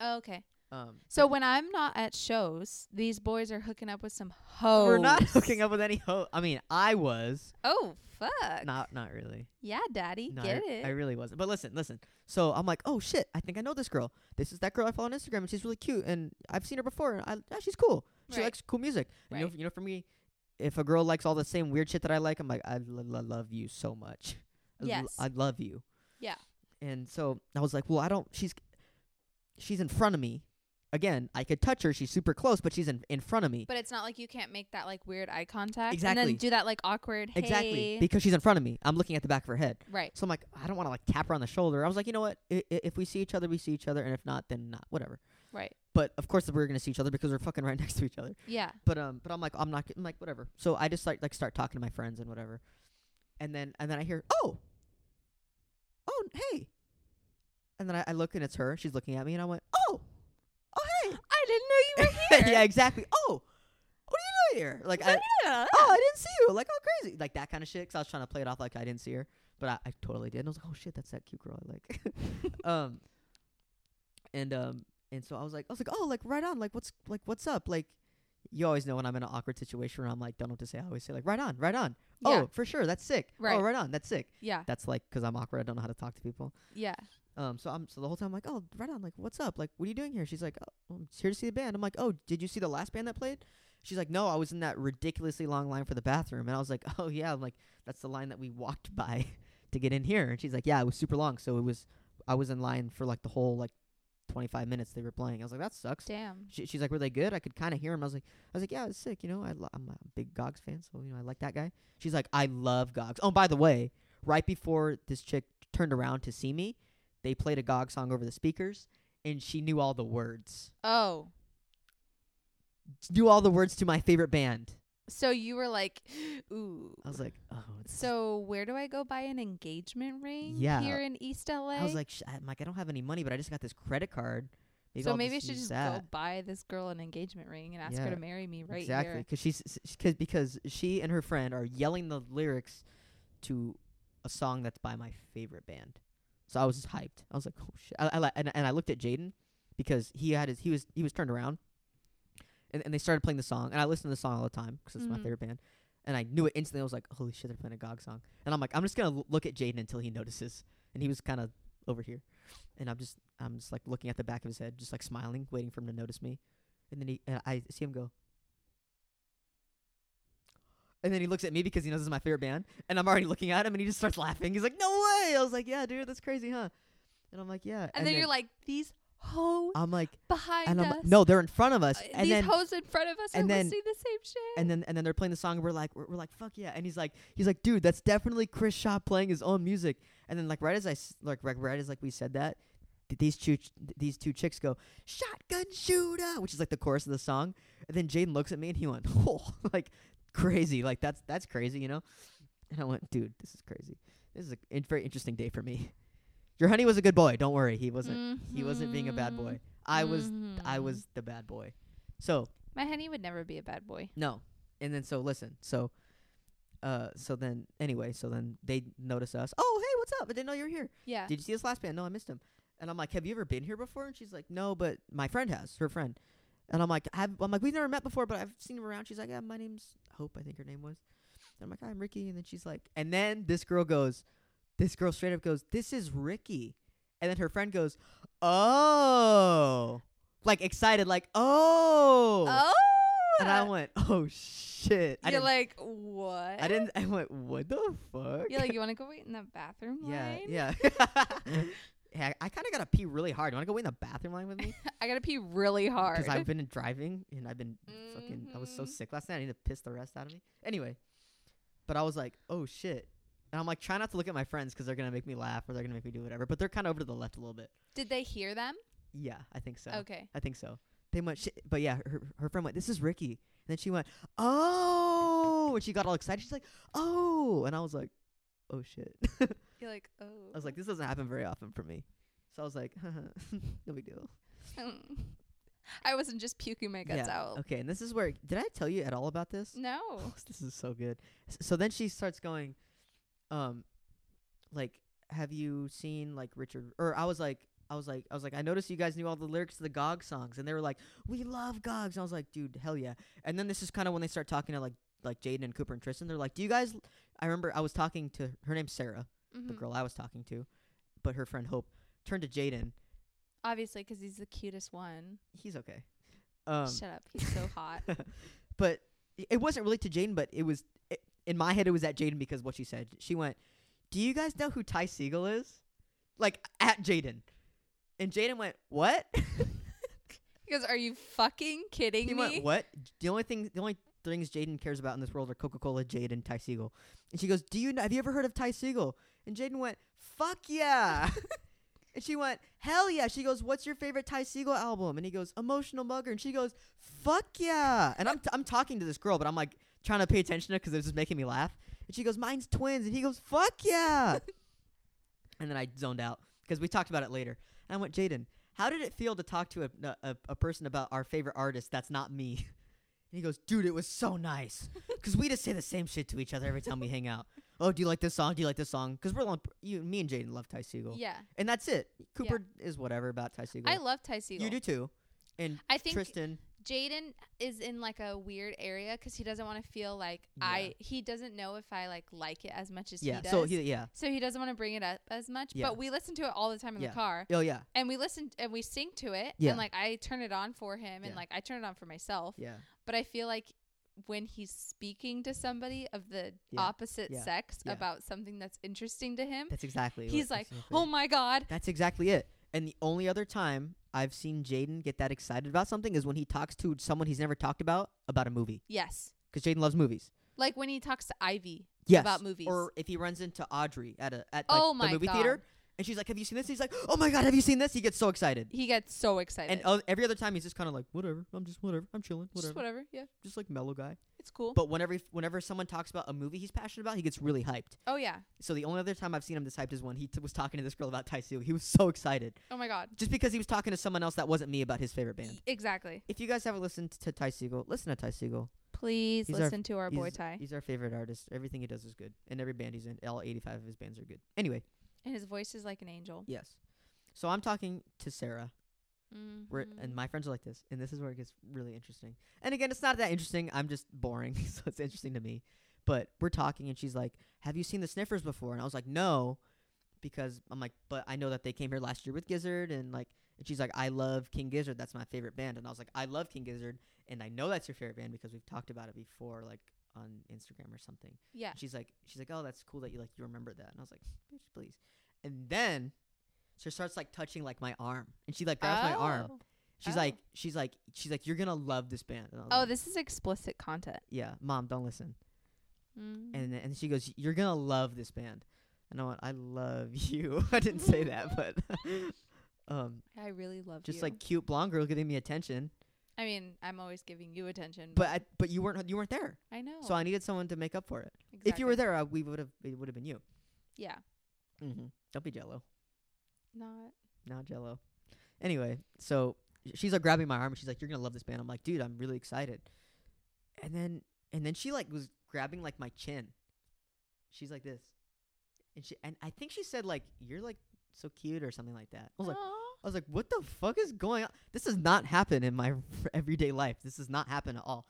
Oh, okay. Um. So when I'm not at shows, these boys are hooking up with some hoes. We're not hooking up with any ho. I mean, I was Oh fuck. not, not really. Yeah, daddy, No, get I, it. I really wasn't. But listen, listen. So I'm like, oh shit, I think I know this girl. This is that girl I follow on Instagram, and she's really cute, and I've seen her before. And I, yeah, she's cool. She Right. likes cool music. And you, know, Right. you know, for me, if a girl likes all the same weird shit that I like, I'm like, I lo- lo- love you so much. I lo- Yes. I love you. Yeah. And so I was like, well, I don't. She's she's in front of me. Again, I could touch her. She's super close, but she's in in front of me. but it's not like you can't make that like weird eye contact and Exactly. then do that like awkward hey. Exactly, because she's in front of me. I'm looking at the back of her head. right. So I'm like, I don't want to like tap her on the shoulder. I was like, you know what? I- I- If we see each other, we see each other, and if not, then not. Whatever. Right. But of course, we're gonna see each other because we're fucking right next to each other. Yeah. But um, but I'm like, I'm not. I'm like, whatever. So I just like like start talking to my friends and whatever, and then and then I hear, oh, oh, hey, and then I, I look and it's her. She's looking at me, and I went, oh, oh, hey. I didn't know you were here. yeah, exactly. Oh, what are you doing here? Like, I, Yeah. oh, I didn't see you. Like, oh, crazy. Like that kind of shit. 'Cause I was trying to play it off like I didn't see her, but I, I totally did. And I was like, oh shit, that's that cute girl I like. um, and um, and so I was like, I was like, oh, like right on. Like, what's like, what's up? Like, you always know when I'm in an awkward situation where I'm like, don't know what to say. I always say like, right on, right on. Yeah. Oh, for sure, that's sick. Right. Oh, right on, that's sick. yeah. That's like 'cause I'm awkward. I don't know how to talk to people. Yeah. Um, so I'm so the whole time I'm like, oh, right on, like, what's up? Like, what are you doing here? She's like, oh, I'm here to see the band. I'm like, oh, did you see the last band that played? She's like, no, I was in that ridiculously long line for the bathroom, and I was like, oh yeah, I'm like, that's the line that we walked by to get in here. And she's like, yeah, it was super long, so it was, I was in line for like the whole like 25 minutes they were playing. I was like, that sucks. Damn. She, she's like, were they good? I could kind of hear him. I was like, I was like, yeah, it's sick. You know, I lo- I'm a big Gogs fan, so you know, I like that guy. She's like, I love Gogs. Oh, by the way, right before this chick turned around to see me, they played a Gog song over the speakers, and she knew all the words. Oh. Knew all the words to my favorite band. So you were like, ooh. I was like, oh. it's- So where do I go buy an engagement ring? Yeah. Here in East LA. I was like, sh- I'm like, I don't have any money, but I just got this credit card. so I'll maybe I should use just that. go buy this girl an engagement ring and ask Yeah, her to marry me right exactly here. because she's s- s- cause, because she and her friend are yelling the lyrics to a song that's by my favorite band so i was just hyped i was like oh shit i, I li- and, and i looked at jaden because he had his he was he was turned around and, and they started playing the song and i listened to the song all the time 'cause it's my Mhm. favorite band and i knew it instantly i was like holy shit they're playing a gog song and i'm like i'm just gonna l- look at jaden until he notices and he was kind of over here and i'm just i'm just like looking at the back of his head just like smiling waiting for him to notice me and then he and i see him go and then he looks at me because he knows this is my favorite band. And I'm already looking at him and he just starts laughing. He's like, no way. I was like, yeah, dude, that's crazy, huh? And I'm like, yeah. And, then, you're like, these hoes I'm like, behind and I'm us. like, no, they're in front of us. Uh, and these then, hoes in front of us and are then- listening to the same shit. and then, and then they're playing the song. And we're like, we're, we're like, fuck yeah. And he's like, he's like, dude, that's definitely Chris Shaw playing his own music. And then like, right as I, s- like, right, right as like we said that, th- these two, ch- these two chicks go, shotgun shooter, which is like the chorus of the song. And then Jaden looks at me and he went, oh, like crazy. Like that's, that's crazy, you know? And I went, dude, this is crazy. This is a in- very interesting day for me. Your honey was a good boy. Don't worry. He wasn't, he wasn't being a bad Mm-hmm. boy. I was, I Mhm. was the bad boy. So My honey would never be a bad boy. no. And then so listen, so uh so then anyway, so then they notice us. Oh, hey, what's up? I didn't know you were here. Yeah. Did you see this last band? No, I missed him. And I'm like, Have you ever been here before? And she's like, No, but my friend has, her friend. And I'm like, I've, I'm like, we've never met before, but I've seen him around. She's like, Yeah, my name's Hope, I think her name was. And I'm like, Hi, I'm Ricky. And then she's like, and then this girl goes, this girl straight up goes, This is Ricky. And then her friend goes, Oh, like excited, like, Oh. oh. And I went, oh shit. I You're didn't, like, "Eh?" what? I didn't, I went, what the fuck? You're like, you want to go wait in the bathroom yeah, line? yeah. hey, I, I kind of gotta pee really hard. You wanna go wait in the bathroom line with me? I gotta pee really hard. Because I've been driving and I've been fucking. I was so Mhm. sick last night. I need to piss the rest out of me. Anyway, but I was like, oh shit. And I'm like, try not to look at my friends because they're gonna make me laugh or they're gonna make me do whatever. But they're kind of over to the left a little bit. Did they hear them? Yeah, I think so. Okay. I think so. They went, shit. but yeah, her, her friend went, this is Ricky. And then she went, oh, and she got all excited. She's like, oh, and I was like, oh shit. I You're like, oh. was like, this doesn't happen very often for me. So I was like, no big deal. I wasn't just puking my guts Yeah, out. Okay, and this is where did I tell you at all about this? No. this is so good. S- So then she starts going, um, like, have you seen like Richard? Or I was like, I was like, I was like, I noticed you guys knew all the lyrics to the Gog songs, and they were like, we love Gogs. And I was like, dude, hell yeah. And then this is kind of when they start talking to like like Jaden and Cooper and Tristan. They're like, do you guys? I remember I was talking to her name's Sarah, the Mhm. girl I was talking to, but her friend Hope turned to Jaden. Obviously, 'cause he's the cutest one. He's okay. Um, Shut up. He's so hot. but i- it wasn't really to Jaden, but it was i in my head. It was at Jaden because what she said. She went, "Do you guys know who Ty Siegel is?" Like at Jaden, and Jaden went, "What?" He goes, Are you fucking kidding he me? went, "What?" The only thing, the only things Jaden cares about in this world are Coca Cola, Jade, and Ty Siegel. And she goes, "Do you know, have you ever heard of Ty Siegel?" And Jaden went, "Fuck yeah." And she went, hell yeah. She goes, what's your favorite Ty Siegel album? And he goes, Emotional Mugger. And she goes, fuck yeah. And I'm, t- I'm talking to this girl, but I'm like trying to pay attention to it because it was just making me laugh. And she goes, mine's twins. And he goes, fuck yeah. and then I zoned out because we talked about it later. And I went, Jaden, how did it feel to talk to a, a, a person about our favorite artist that's not me? And he goes, dude, it was so nice. Because we just say the same shit to each other every time we hang out. Oh, do you like this song? Do you like this song? Because we're, all- you, me and Jaden love Ty Siegel Yeah. and that's it. Cooper is whatever about Ty Segall. I love Ty Segall. you do too, and I think Tristan. Jaden is in like a weird area 'cause he doesn't want to feel like I. He doesn't know if I like like it as much as Yeah, he does. so he, yeah, So he doesn't want to bring it up as much. Yeah. But we listen to it all the time in Yeah. the car, oh yeah, and we listen and we sing to it, Yeah. and like I turn it on for him, and Yeah. like I turn it on for myself. yeah, But I feel like when he's speaking to somebody of the Yeah. opposite Yeah. sex Yeah. about something that's interesting to him, that's exactly. he's what- like, exactly. "Oh my god, that's exactly it. And the only other time I've seen Jaden get that excited about something is when he talks to someone he's never talked about about a movie, yes!" because Jaden loves movies. Like when he talks to Ivy Yes, about movies. or if he runs into Audrey at a at like, Oh the my movie God. theater, and she's like, "Have you seen this?" He's like, "Oh my god, have you seen this?" He gets so excited. he gets so excited. And uh, every other time he's just kind of like, "Whatever, I'm just whatever, I'm chilling, whatever, Just whatever. Yeah, just like mellow guy." it's cool. But whenever whenever someone talks about a movie he's passionate about, he gets really hyped. oh yeah. So the only other time I've seen him this hyped is when he t- was talking to this girl about Ty Segall. He was so excited Oh my god. E, just because he was talking to someone else that wasn't me about his favorite band. Exactly. If you guys haven't listened to Ty Segall, listen to Ty Segall. Please He's our- listen to our boy Ty. He's our favorite artist. Everything he does is good, and every band he's in, all 85 of his bands are good. Anyway, And his voice is like an angel. yes. So I'm talking to Sarah, we're, Mhm. and my friends are like this, and this is where it gets really interesting. And again, it's not that interesting. I'm just boring, so it's interesting to me. But we're talking, and she's like, "Have you seen the Sniffers before?" And I was like, "No," because I'm like, "But I know that they came here last year with Gizzard," and like, and she's like, "I love King Gizzard. That's my favorite band." And I was like, "I love King Gizzard, and I know that's your favorite band because we've talked about it before, like on Instagram or something." yeah. And she's like, she's like, oh, that's cool that you like you remember that. And I was like, bitch, please. And then she starts like touching like my arm, and she like grabs my arm. Oh. She's Oh. like, she's like, she's like, you're gonna love this band. And I was Oh, like, this is explicit content. yeah, mom, don't listen. Mm. And and she goes, you're gonna love this band. And I went, I love you. I didn't say that, but um, I really love just you. like cute blonde girl giving me attention. I mean, I'm always giving you attention, But I, but you weren't you weren't there, I know. so I needed someone to make up for it. Oh. exactly. If you were there, I, we would have it would have been you. yeah, Mm-hmm. Don't be jello. not not jello. Anyway, so sh- she's like grabbing my arm and she's like, You're gonna love this band. I'm like, dude, I'm really excited. And then and then she like was grabbing like my chin. She's like this. And she and I think she said like, You're like so cute or something like that. I was like Aw. I was like, What the fuck is going on? This does not happen in my everyday life. This does not happen at all.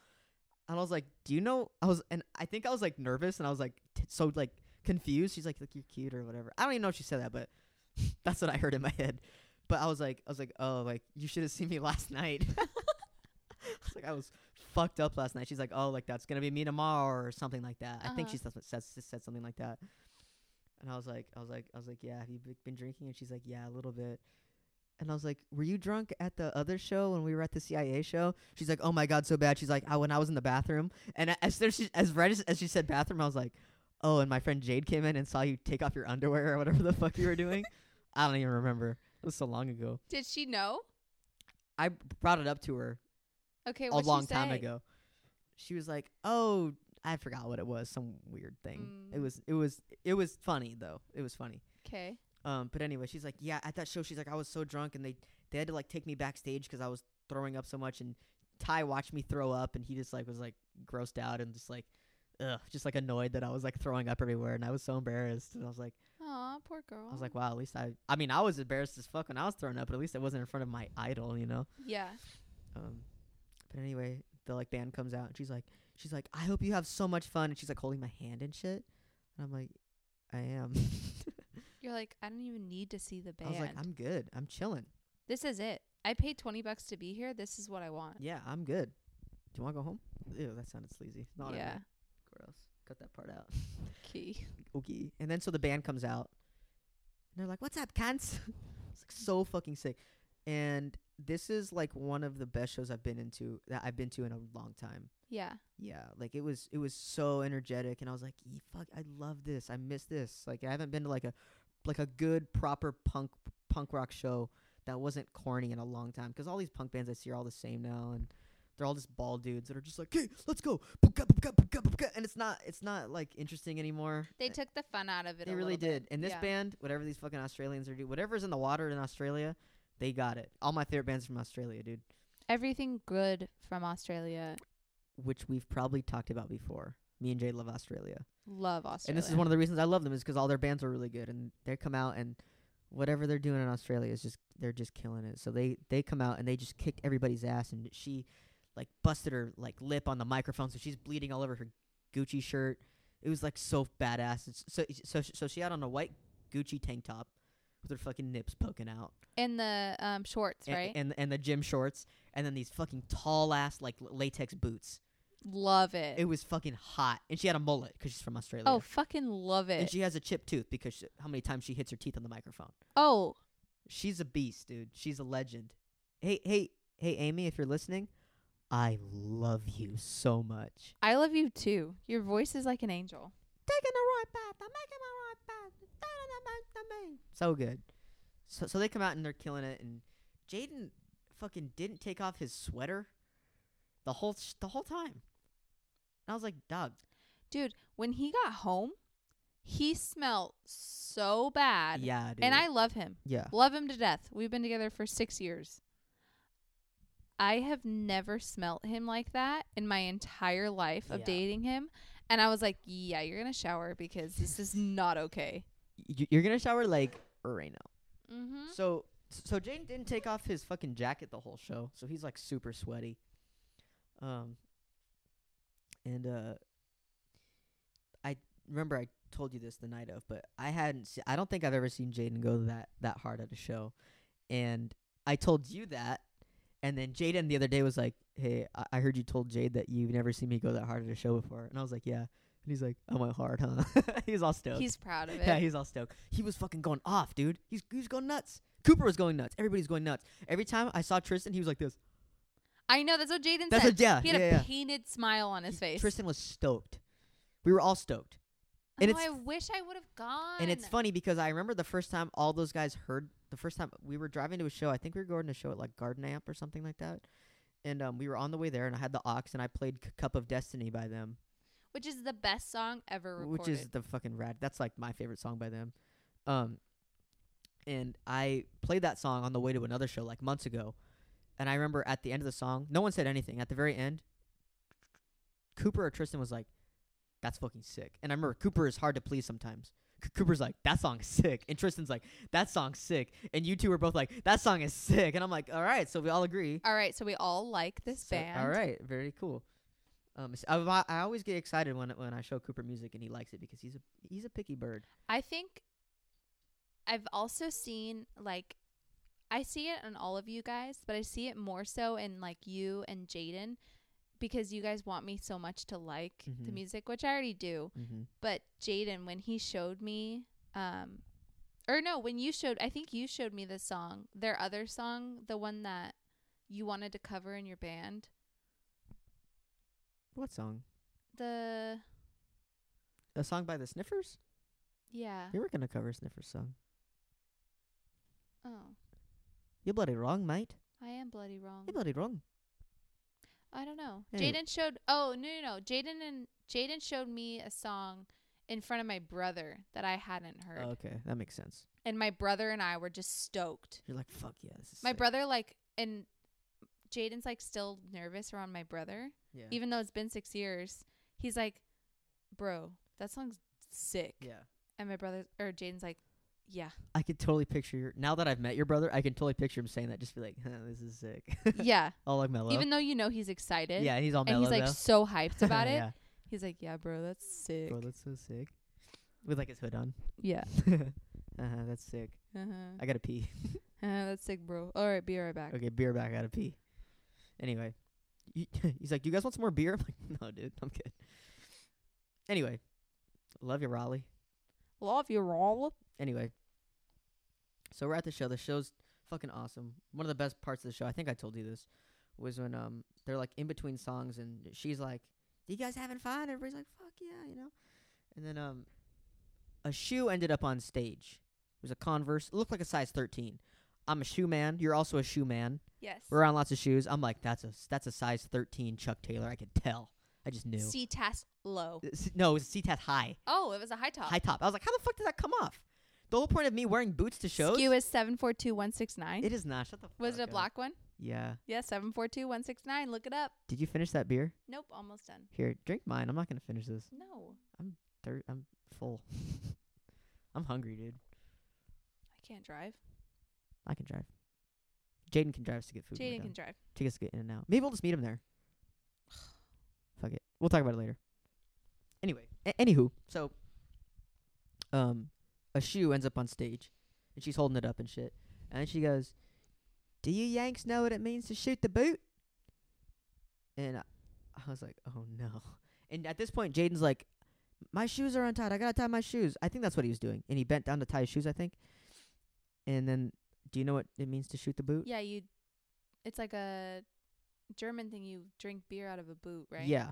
And I was like, Do you know I was and I think I was like nervous and I was like t- so like confused. She's like, Look, you're cute or whatever. I don't even know if she said that, but that's what I heard in my head. But I was like, I was like, oh, like you should have seen me last night. I was like, I was fucked up last night. She's like, oh, like that's gonna be me tomorrow or something like that. I think Uh-huh. she said, said, said something like that. And I was like, I was like, I was like, yeah. Have you b- been drinking? And she's like, yeah, a little bit. And I was like, were you drunk at the other show when we were at the CIA show? She's like, oh my god, so bad. She's like, I, when I was in the bathroom, and a- as there she, as right as, as she said bathroom, I was like, oh. And my friend Jade came in and saw you take off your underwear or whatever the fuck you were doing. I don't even remember. It was so long ago. Did she know? I b- brought it up to her Okay, a what'd she long time say? ago. She was like, "Oh, I forgot what it was. Some weird thing. It Mm. was. It was. It was funny though. It was funny. Okay. Um, but anyway, she's like, yeah, at that show, she's like, I was so drunk, and they they had to like take me backstage 'cause I was throwing up so much, and Ty watched me throw up, and he just like was like grossed out and just like, ugh, just like annoyed that I was like throwing up everywhere, and I was so embarrassed, and I was like, Aw, poor girl. I was like, wow, at least I, I mean, I was embarrassed as fuck when I was throwing up, but at least it wasn't in front of my idol, you know. yeah. Um, but anyway, the like band comes out and she's like, she's like, I hope you have so much fun, and she's like holding my hand and shit, and I'm like, I am. You're like, I don't even need to see the I band. was like, I'm good, I'm chilling. this is it. I paid 20 bucks to be here. This is what I want. Yeah, I'm good. Do you want to go home? Ew, that sounded sleazy. Not yeah. yeah. Gross. Cut that part out. Key. okay. And then so the band comes out, and they're like, "What's up, cunts?" it's like so fucking sick. And this is like one of the best shows I've been into that I've been to in a long time. Yeah. yeah like it was it was so energetic and i was like "Ye- fuck i love this i miss this like i haven't been to like a like a good proper punk punk rock show that wasn't corny in a long time. 'Cause all these punk bands i see are all the same now and they're all just bald dudes that are just like hey let's go Boopka, boopka, boopka, boopka," and it's not it's not like interesting anymore They Uh, took the fun out of it. they a really little bit. did and this Yeah. band whatever these fucking australians are doing whatever's in the water in australia they got it all my favorite bands from australia dude Everything good from Australia. which we've probably talked about before me and jay love australia Love Australia. And this is one of the reasons I love them is 'cause all their bands are really good, and they come out and whatever they're doing in Australia is just they're just killing it. So they they come out and they just kicked everybody's ass, and she like busted her like lip on the microphone, so she's bleeding all over her Gucci shirt. It was like so badass. It's, so so so she had on a white Gucci tank top with her fucking nips poking out, in the um shorts, and, right? and and the gym shorts, and then these fucking tall ass like l- latex boots. love it. It was fucking hot, and she had a mullet 'cause she's from Australia. oh, fucking love And it. she has a chipped tooth because sh how many times she hits her teeth on the microphone. oh, She's a beast, dude. She's a legend. Hey, hey, hey, Amy, if you're listening, I love you so much. I love you too. Your voice is like an angel. Taking the right path, I'm making my right path. Da-da-da-da-da-da. So good. So, so they come out and they're killing it. And Jaden fucking didn't take off his sweater the whole sh- the whole time. And I was like, dog, When he got home, he smelled so bad. yeah, dude. And I love him. yeah, Love him to death. We've been together for 6 years. I have never smelt him like that in my entire life of Yeah. dating him, and I was like, "Yeah, you're going to shower because this is not okay." Y- you're gonna shower like right now. Mhm. So so Jane didn't take off his fucking jacket the whole show, so he's like super sweaty. Um and uh I remember I told you this the night of, but I hadn't se- I don't think I've ever seen Jaden go that that hard at a show. And I told you that and then Jaden the other day was like, "Hey, I, I heard you told Jade that you've never seen me go that hard at a show before." And I was like, "Yeah." And he's like, "I went hard, huh?" he was all stoked. He's proud of it. Yeah, he's all stoked. He was fucking going off, dude. He's he was going nuts. Cooper was going nuts. Everybody's going nuts. Every time I saw Tristan, he was like this. I know that's what Jaden That's said. what- yeah, he had yeah, a yeah. painted smile on his He- face. Tristan was stoked. We were all stoked, and oh, it's I wish I would have gone. and it's funny because I remember the first time all those guys heard. The first time we were driving to a show, I think we were going to a show at like Garden Amp or something like that, and um, we were on the way there, and I had the ox, and I played C- Cup of Destiny by them, which is the best song ever recorded. which is the fucking rad. That's like my favorite song by them. Um, and I played that song on the way to another show like months ago, and I remember at the end of the song, no one said anything. At the very end, Cooper or Tristan was like, "That's fucking sick." And I remember Cooper is hard to please sometimes. C- Cooper's like, "That song's sick," and Tristan's like, "That song's sick," and you two were both like, "That song is sick," and I'm like, "All right, so we all agree." all right, so we all like this So- band. All right, very cool. Um, s- I, I- I always get excited when when I show Cooper music and he likes it because he's a he's a picky bird. I think I've also seen like I see it in all of you guys, but I see it more so in like you and Jaden because you guys want me so much to like the Mhm. music, which I already do. Mm-hmm. But Jaden, when he showed me um or no, when you showed I think you showed me this song, their other song, the one that you wanted to cover in your band. What song? The A song by the Sniffers? yeah. They were gonna cover a Sniffers song. Oh, You bloody wrong, mate. I am bloody wrong. You bloody wrong. I don't know. Anyway. Jaden showed. Oh no, no, no. Jaden and Jaden showed me a song in front of my brother that I hadn't heard, Oh, Okay, that makes sense. and my brother and I were just stoked. You're like, fuck yeah, this is My sick." brother like and Jaden's like still nervous around my brother, Yeah. even though it's been six years. He's like, "Bro, that song's sick." yeah. And my brother or Jaden's like, "Yeah, I could totally picture your. Now that I've met your brother, I can totally picture him saying that. Just be like, huh, "This is sick." yeah." all like mellow. Even though you know he's excited, yeah, and he's all and mellow. he's like though. so hyped about yeah. it. He's like, "Yeah, bro, that's sick." Bro, that's so sick. With like his hood on. yeah, uh huh. That's sick. uh-huh. I gotta pee. Uh, that's sick, bro. All right, be right back. Okay, beer back. I gotta pee. Anyway, y- he's like, "Do you guys want some more beer?" I'm like, "No, dude, I'm good." Anyway, love you, Raleigh. Love you, Rawl. Anyway, so we're at the show. The show's fucking awesome. One of the best parts of the show, I think I told you this, was when um they're like in between songs and she's like, "You guys having fun?" Everybody's like, "Fuck yeah," you know. And then um, a shoe ended up on stage. It was a Converse. It looked like a size 13. I'm a shoe man. You're also a shoe man. Yes. We're on lots of shoes. I'm like, that's a that's a size 13 Chuck Taylor. I could tell. I just knew. Uh, C test low. S- no, it was a CTAS high, Oh, it was a high top. high top. I was like, how the fuck did that come off? The whole point of me wearing boots to shows. Skew is seven four two one six nine. It is not. Shut the fuck Was it a up. black one? Yeah. Yeah, seven four two one six nine. Look it up. Did you finish that beer? Nope, almost done. Here, drink mine. I'm not gonna finish this. No, Thir- I'm full. I'm hungry, dude. I can't drive. I can drive. Jaden can drive us to get food. when we're Jaden done. can drive. Take us to get in and out. Maybe we'll just meet him there. Fuck it. We'll talk about it later. Anyway, a- anywho, so um, a shoe ends up on stage, and she's holding it up and shit, and she goes, "Do you Yanks know what it means to shoot the boot?" And I, I was like, "Oh no!" And at this point, Jaden's like, "My shoes are untied. I gotta tie my shoes." I think that's what he was doing, and he bent down to tie his shoes. I think. And then, do you know what it means to shoot the boot? Yeah, you. It's like a German thing. You drink beer out of a boot, right? Yeah.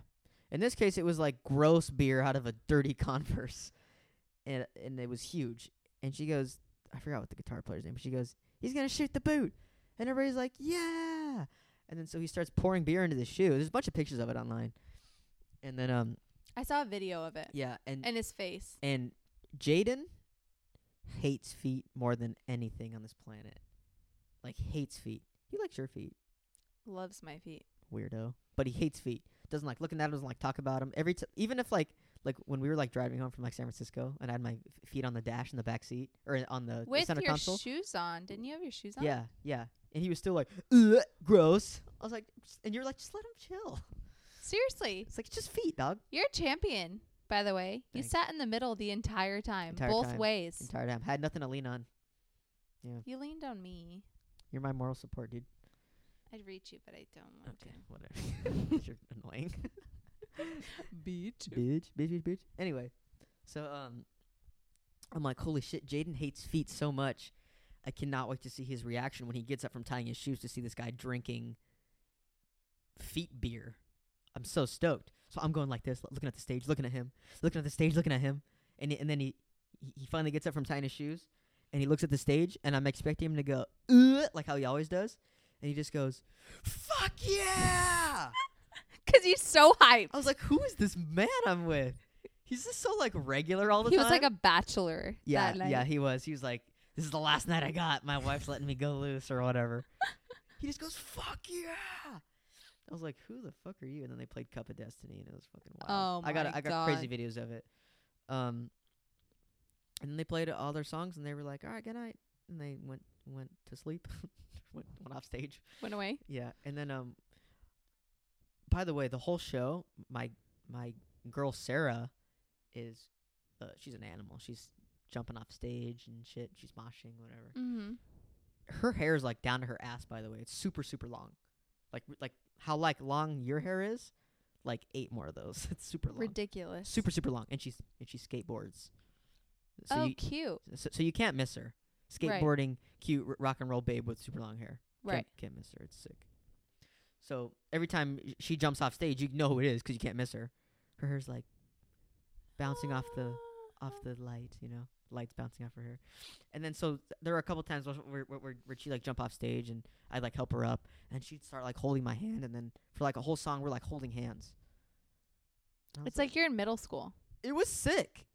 In this case, it was like gross beer out of a dirty Converse, and and it was huge. And she goes, I forgot what the guitar player's name. But she goes, he's gonna shoot the boot, and everybody's like, yeah. And then so he starts pouring beer into the shoe. There's a bunch of pictures of it online. And then um I saw a video of it yeah, and Uh, and his face. and Jaden hates feet more than anything on this planet. Like hates feet. He likes your feet Loves my feet. weirdo. But he hates feet. Doesn't like looking at him. Doesn't like talk about him. Every t- even if like like when we were like driving home from like San Francisco and I had my f- feet on the dash in the back seat or on the, the With center your console. shoes on. Didn't you have your shoes on? yeah, yeah. And he was still like, Ugh, gross. I was like, "S- and you're like, just let him chill. Seriously, It's like it's just feet, dog. you're a champion. By the way, you Thanks. sat in the middle the entire time, Entire both time. ways. Entire time had nothing to lean on. You leaned on me. You're my moral support, dude. I'd reach you, but I don't want whatever. you're annoying. to. Beach. bitch, bitch, bitch, bitch. Anyway, so um, I'm like, holy shit, Jaden hates feet so much. I cannot wait to see his reaction when he gets up from tying his shoes to see this guy drinking feet beer. I'm so stoked. So I'm going like this, lo- looking at the stage, looking at him, looking at the stage, looking at him, and and then he he- he finally gets up from tying his shoes, and he looks at the stage, and I'm expecting him to go Ugh, like how he always does, and he just goes, "Fuck yeah!" Because he's so hyped. I was like, who is this man I'm with? He's just so like regular all the He time. was like a bachelor yeah, that night. yeah. He was. He was like, this is the last night I got. My wife's letting me go loose or whatever. he just goes, fuck yeah. I was like, who the fuck are you? And then they played Cup of Destiny, and it was fucking wild. Oh I got my I got crazy videos of it. Um, and then they played all their songs, and they were like, all right, good night, and they went went to sleep, went went off stage. Went away. Yeah, and then um. By the way, the whole show, my my girl Sarah, is, uh, she's an animal. She's jumping off stage and shit. She's moshing, whatever. Mm-hmm. Her hair is like down to her ass. By the way, it's super super long, like like how like long your hair is, like eight more of those. It's super long, Ridiculous. super super long. And she's and she skateboards, So oh, you cute. so, so you can't miss her. Right. Skateboarding, cute r- rock and roll babe with super long hair. Can't- Right. Can't, miss her. It's sick. So every time sh- she jumps off stage, you know who it is 'cause you can't miss her. Her hair's like bouncing off the off the light, you know, lights bouncing off her hair. And then so th- there were a couple times where, where, where, where she like jump off stage and I'd like help her up and she'd start like holding my hand and then for like a whole song we're like holding hands. And I was It's like you're in middle school. it was sick.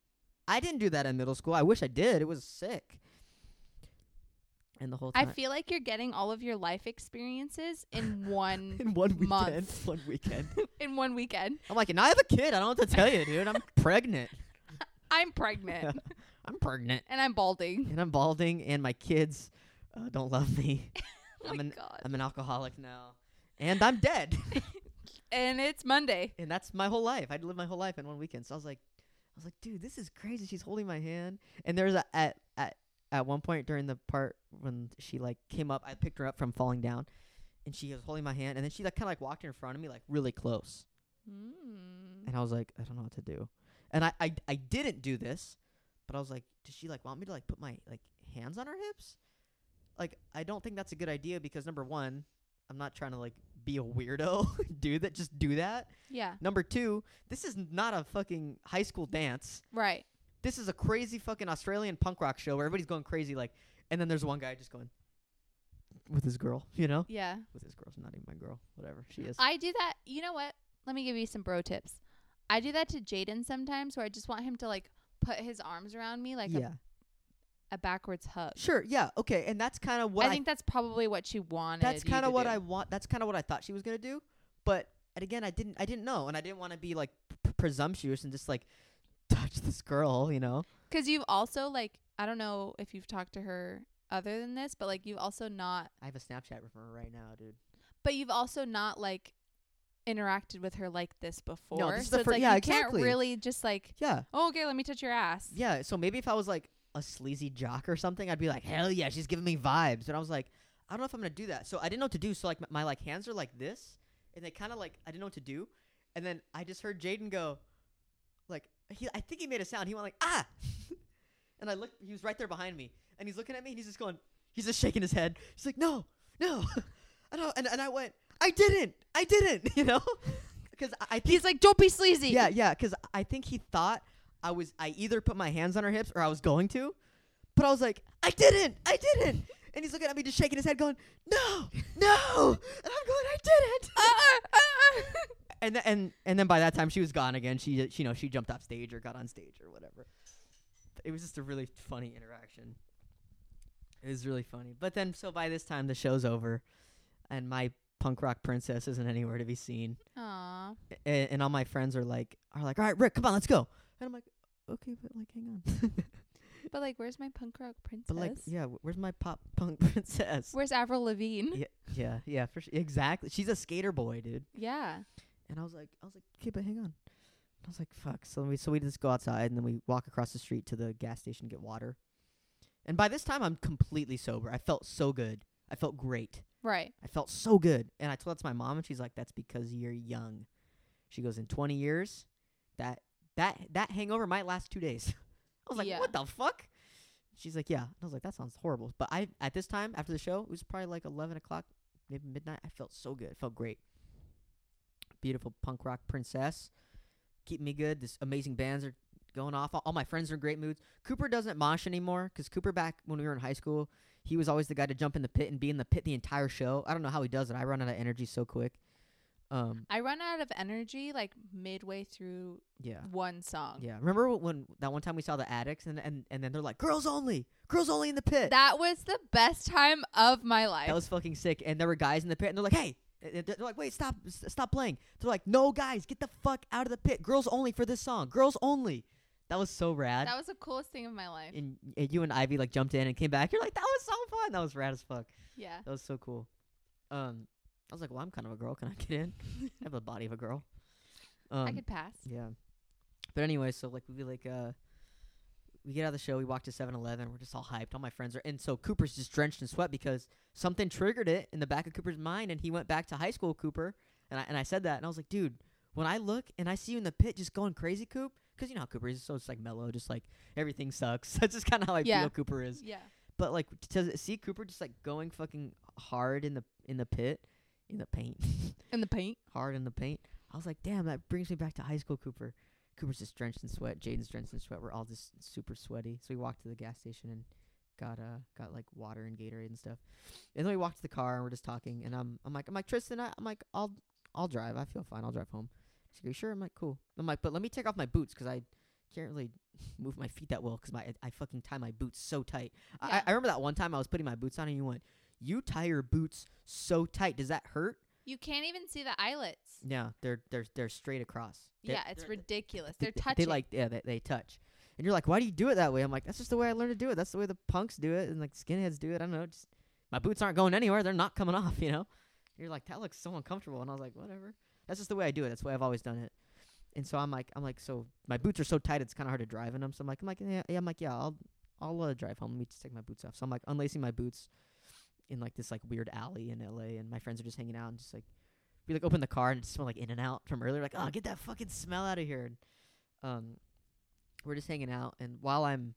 I didn't do that in middle school. I wish I did. It was sick. And the whole I time feel like you're getting all of your life experiences in one in one weekend, month. one weekend. in one weekend. I'm like, and I have a kid. I don't know what to tell you, dude. I'm pregnant. I'm pregnant I'm pregnant, and I'm balding. and I'm balding, and my kids uh, don't love me. Oh I'm my an god. I'm an alcoholic now, and I'm dead. And it's Monday. and that's my whole life. I'd lived my whole life in one weekend. So I was like, I was like, dude, this is crazy. She's holding my hand, and there's a at at at one point during the part when she like came up, I picked her up from falling down, and she was holding my hand, and then she like kind of like walked in front of me like really close, Mm. and I was like, I don't know what to do, and I I, I didn't do this, but I was like, does she like want me to like put my like hands on her hips? Like I don't think that's a good idea because number one, I'm not trying to like be a weirdo, do that, just do that. Yeah. Number two, this is not a fucking high school dance. Right. This is a crazy fucking Australian punk rock show where everybody's going crazy. Like, and then there's one guy just going with his girl, you know, Yeah. with his girl's not even my girl, whatever she is. I do that. You know what? Let me give you some bro tips. I do that to Jaden sometimes where I just want him to like put his arms around me like yeah, a, a backwards hug. sure, yeah, okay, and that's kind of what I I, think that's probably what she wanted. that's kind of what I want. That's kind of what I thought she was gonna do, but and again, I didn't, I didn't know, and I didn't want to be like p- presumptuous and just like touch this girl, you know. Because you've also like I don't know if you've talked to her other than this, but like you've also not, I have a Snapchat from her right now, dude. but you've also not like interacted with her like this before. this is so the it's fir- like yeah, you exactly. can't really just like Yeah, oh, okay, let me touch your ass. Yeah, so maybe if I was like a sleazy jock or something, I'd be like, hell yeah, she's giving me vibes. But I was like, I don't know if I'm gonna do that. So I didn't know what to do. So like my, my like hands are like this, and they kind of like I didn't know what to do. And then I just heard Jaden go, like he I think he made a sound. He went like ah, and I looked. He was right there behind me, and he's looking at me, and he's just going, he's just shaking his head. He's like, no, no, I don't. And, and I went, I didn't, I didn't, you know, because I, I think He's like, don't be sleazy. yeah, yeah, because I think he thought I was I either put my hands on her hips or I was going to, but I was like, I didn't, I didn't, and he's looking at me just shaking his head, going, No, no, and I'm going, I didn't. Ah, ah, ah. And th- and and then by that time she was gone again. She, she you know she jumped off stage or got on stage or whatever. It was just a really funny interaction. It was really funny. But then so by this time the show's over, and my punk rock princess isn't anywhere to be seen Aw. and, and all my friends are like are like, all right, Rick, come on, let's go. And I'm like, okay, but like, hang on. But like, where's my punk rock princess? but like, yeah, wh- where's my pop punk princess? Where's Avril Lavigne? yeah, yeah, yeah, for sure. exactly. She's a skater boy, dude. Yeah. And I was like, I was like, okay, but hang on. I was like, fuck. So we so we just go outside and then we walk across the street to the gas station to get water. And by this time, I'm completely sober. I felt so good. I felt great. Right. I felt so good. And I told that to my mom and she's like, That's because you're young. She goes, In twenty years, that that that hangover might last two days. I was like, Yeah. What the fuck? She's like, Yeah. And I was like, That sounds horrible. But I at this time after the show, it was probably like eleven o'clock, maybe midnight. I felt so good. I felt great. Beautiful punk rock princess. Keep me good. This amazing bands are going off. All all my friends are in great moods. Cooper doesn't mosh anymore because Cooper back when we were in high school, he was always the guy to jump in the pit and be in the pit the entire show. I don't know how he does it. I run out of energy so quick. Um, I run out of energy like midway through yeah, one song. yeah. Remember when that one time we saw the addicts and and and then they're like, "Girls only, girls only in the pit." That was the best time of my life. That was fucking sick. And there were guys in the pit, and they're like, "Hey." And They're like, wait, stop, s- stop playing. They're like, no, guys, get the fuck out of the pit. Girls only for this song. Girls only. That was so rad. That was the coolest thing of my life. and, and you and Ivy like jumped in and came back. You're like, that was so fun. That was rad as fuck. yeah. That was so cool. Um, I was like, well, I'm kind of a girl. Can I get in? I have the body of a girl. Um, I could pass. yeah. But anyway, so like we like uh, we get out of the show. We walk to 7-Eleven. We're just all hyped. All my friends are, and so Cooper's just drenched in sweat because something triggered it in the back of Cooper's mind, and he went back to high school, Cooper. And I and I said that, and I was like, dude, when I look and I see you in the pit just going crazy, Coop, because you know how Cooper is. So it's like mellow, just like everything sucks. That's just kind of how I Yeah. feel Cooper is. Yeah. But like, to see Cooper just like going fucking hard in the in the pit, in the paint, And the paint. hard in the paint. I was like, damn, that brings me back to high school Cooper. Cooper's just drenched in sweat. Jaden's drenched in sweat. We're all just super sweaty. So we walked to the gas station and got uh got like water and Gatorade and stuff. And then we walked to the car and we're just talking. And I'm I'm like I'm like Tristan. I, I'm like I'll I'll drive. I feel fine. I'll drive home. She's like, "You sure? I'm like, cool. I'm like, but let me take off my boots 'cause I can't really move my feet that well 'cause my I fucking tie my boots so tight. I Yeah. I, I remember that one time I was putting my boots on and you went, you tie your boots so tight. Does that hurt? You can't even see the eyelets. Yeah, they're they're they're straight across. They're- yeah, it's they're- ridiculous. they- They're they- touching. They like yeah, they, they touch. And you're like, why do you do it that way? I'm like, that's just the way I learned to do it. That's the way the punks do it, and like skinheads do it. I don't know. Just my boots aren't going anywhere. They're not coming off. You know. You're like, that looks so uncomfortable. And I was like, whatever. That's just the way I do it. That's the way I've always done it. And so I'm like, I'm like, so my boots are so tight, it's kind of hard to drive in them. So I'm like, I'm like, yeah, yeah I'm like, yeah, I'll I'll uh, drive home. Let me just take my boots off. So I'm like unlacing my boots in like this like weird alley in LA, and my friends are just hanging out and just like we like open the car and it smelled like In and Out from earlier. Like, oh, get that fucking smell out of here. And, um, we're just hanging out, and while I'm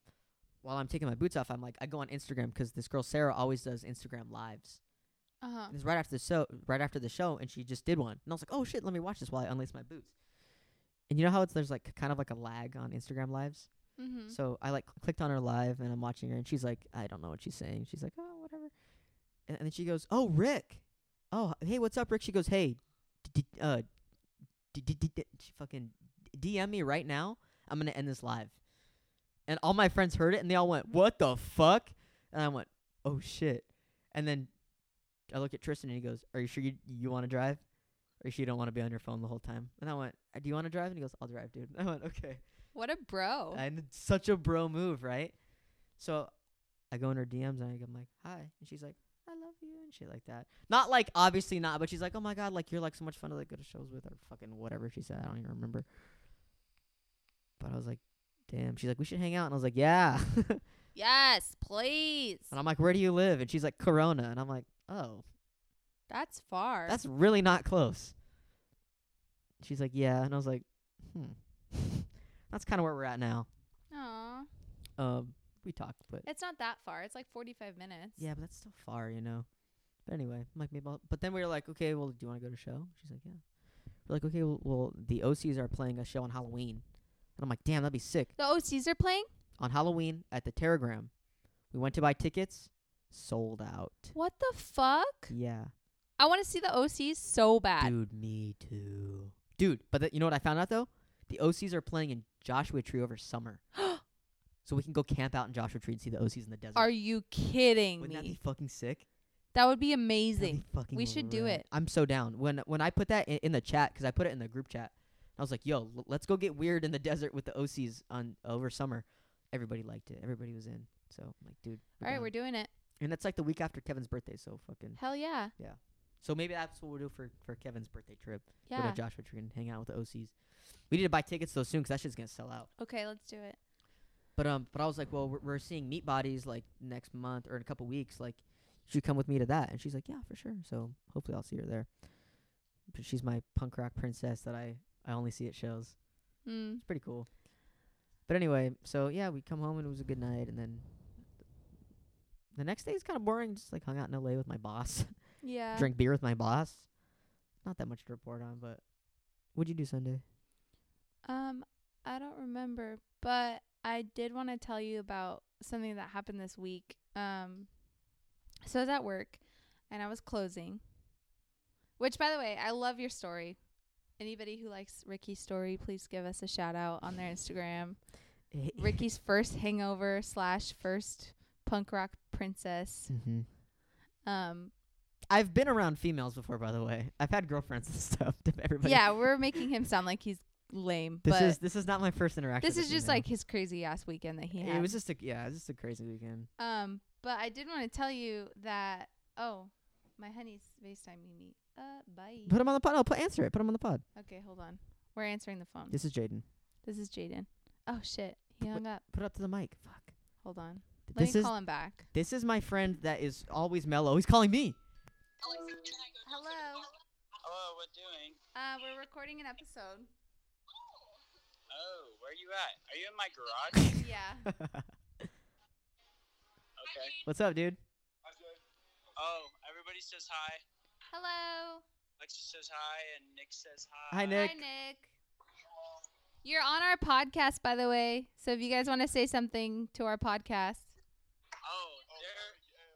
while I'm taking my boots off, I'm like, I go on Instagram 'cause this girl Sarah always does Instagram lives. uh-huh. And it's right after the show, right after the show, and she just did one. And I was like, oh shit, let me watch this while I unlace my boots. And you know how it's there's like kind of like a lag on Instagram lives. Mm-hmm. So I like clicked on her live and I'm watching her and she's like, I don't know what she's saying. She's like, oh, whatever. And, and then she goes, oh, Rick. Oh, hey, what's up, Rick? She goes, hey, d- d- uh, d- d- d- d- she fucking DM me right now. I'm gonna end this live. And all my friends heard it and they all went, what the fuck? And I went, oh shit. And then I look at Tristan and he goes, are you sure you you want to drive? Are you sure you don't want to be on your phone the whole time? And I went, "Uh, do you want to drive? And he goes, I'll drive, dude. And I went, okay. what a bro. And it's such a bro move, right? So I go in her DMs and I'm like, hi. And she's like, I love you and shit like that. Not like obviously not, but she's like, oh my god, like you're like so much fun to like go to shows with or fucking whatever she said. I don't even remember. But I was like, damn. She's like, we should hang out. And I was like, yeah. and yes, please. I'm like, where do you live? And she's like, Corona. And I'm like, oh, That's far. that's really not close. She's like, yeah. And I was like, hmm. that's kind of where we're at now. Aw. Um, we talked, but It's not that far. It's like 45 minutes. Yeah, but that's still far, you know. But anyway, I'm like maybe. I'll, but then we were like, okay, well, do you want to go to a show? She's like, yeah. We're like, okay, well, well, the OCs are playing a show on Halloween, and I'm like, damn, that'd be sick The OCs are playing? on Halloween at the Terragram. We went to buy tickets, sold out. What the fuck? Yeah, I want to see the OCs so bad. dude, me too, dude. But th- you know what I found out though? The OCs are playing in Joshua Tree over summer, so we can go camp out in Joshua Tree and see the OCs in the desert. Are you kidding Wouldn't that me? be fucking sick? That would be That'd be amazing. fucking We should do rad. it. I'm so down. When when I put that in, in the chat, 'cause I put it in the group chat, I was like, "Yo, l- let's go get weird in the desert with the OCs on over summer." Everybody liked it. Everybody was in. So I'm like, dude. All right, down. we're doing it. and that's like the week after Kevin's birthday. So fucking. Hell yeah. So maybe that's what we'll do for for Kevin's birthday trip. Go Yeah. to Joshua Tree and hang out with the OCs. We need to buy tickets though soon 'cause that shit's gonna sell out. Okay, let's do it. But um, but I was like, well, we're, we're seeing meat bodies like next month or in a couple weeks. Like, you should come with me to that. And she's like, yeah, for sure. So hopefully I'll see her there. But she's my punk rock princess that I I only see at shows. Mm. It's pretty cool. But anyway, so yeah, we come home and it was a good night. And then the next day is kind of boring. Just like hung out in L.A. with my boss, Yeah. drank beer with my boss. Not that much to report on, but what'd you do Sunday? Um, I don't remember, but I did want to tell you about something that happened this week. Um, so I was at work and I was closing. Which, by the way, I love your story. Anybody who likes Ricky's story, please give us a shout out on their Instagram. Ricky's first hangover slash first punk rock princess. Mhm. Um, I've been around females before, by the way. I've had girlfriends and stuff. if Everybody. yeah, we're making him sound like he's lame, This but is this is not my first interaction. this with is just female. like his crazy ass weekend that he had. it was just a yeah, it was just a crazy weekend. Um, but I did want to tell you that oh, my honey's FaceTiming me. Uh, bye. Put him on the pod. No, put answer it. Put him on the pod. okay, hold on. We're answering the phone. This is Jaden. This is Jaden. Oh shit, he What- hung up. Put it up to the mic. Fuck. Hold on. Th- Let this me is call him back. this is my friend that is always mellow. He's calling me. Hello. Hello, what doing? Uh, we're recording an episode. Oh, where Where you at? Are you in my garage? Yeah. Okay. What's up, dude? Oh, everybody says hi. Hello. Alexis says hi, and Nick says hi. Hi, Nick. Hi, Nick. You're on our podcast, by the way. So if you guys want to say something to our podcast, Oh, they're,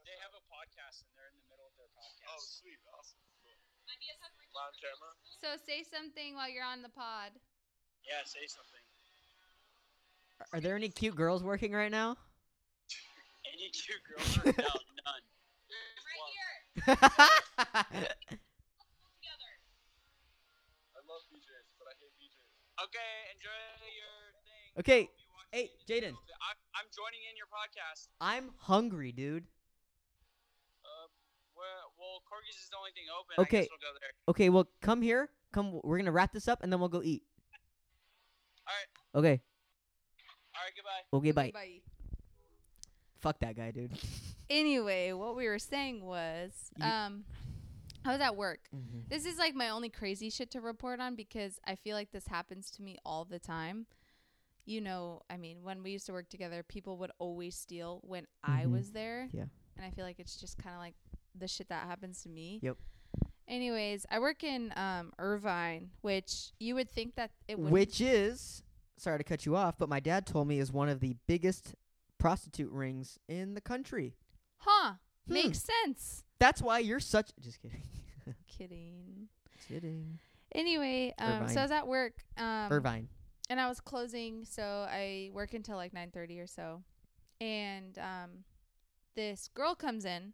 they have a podcast, and they're in the middle of their podcast. Oh, sweet. Awesome. Cool. Loud camera? so say something while you're on the pod. Yeah, say something. Are there any cute girls working right now? Any cute girls? Are, no, none. Love- I love BJs, but I hate BJs. Okay, enjoy your thing. Okay, I'll be watching hey, you in Jaden. a little bit. I'm, I'm joining in your podcast. I'm hungry, dude. Uh, well, well, Corgi's is the only thing open. Okay. I guess we'll go there. Okay, well, come here. Come. We're gonna wrap this up and then we'll go eat. Alright. Okay. All right, goodbye. Okay. Bye. Fuck that guy, dude. Anyway, what we were saying was, You- um, I was at work. Mhm. This is like my only crazy shit to report on because I feel like this happens to me all the time. You know, I mean, when we used to work together, people would always steal when I Mhm. was there. Yeah. And I feel like it's just kind of like the shit that happens to me. Yep. Anyways, I work in um, Irvine, which you would think that it would. Which is sorry to cut you off, but my dad told me is one of the biggest prostitute rings in the country. Huh. Hmm. Makes sense. That's why you're such. Just kidding. Kidding. kidding. Anyway, um, Irvine. so I was at work. Um, Irvine. and I was closing, so I work until like nine thirty or so. And um, this girl comes in,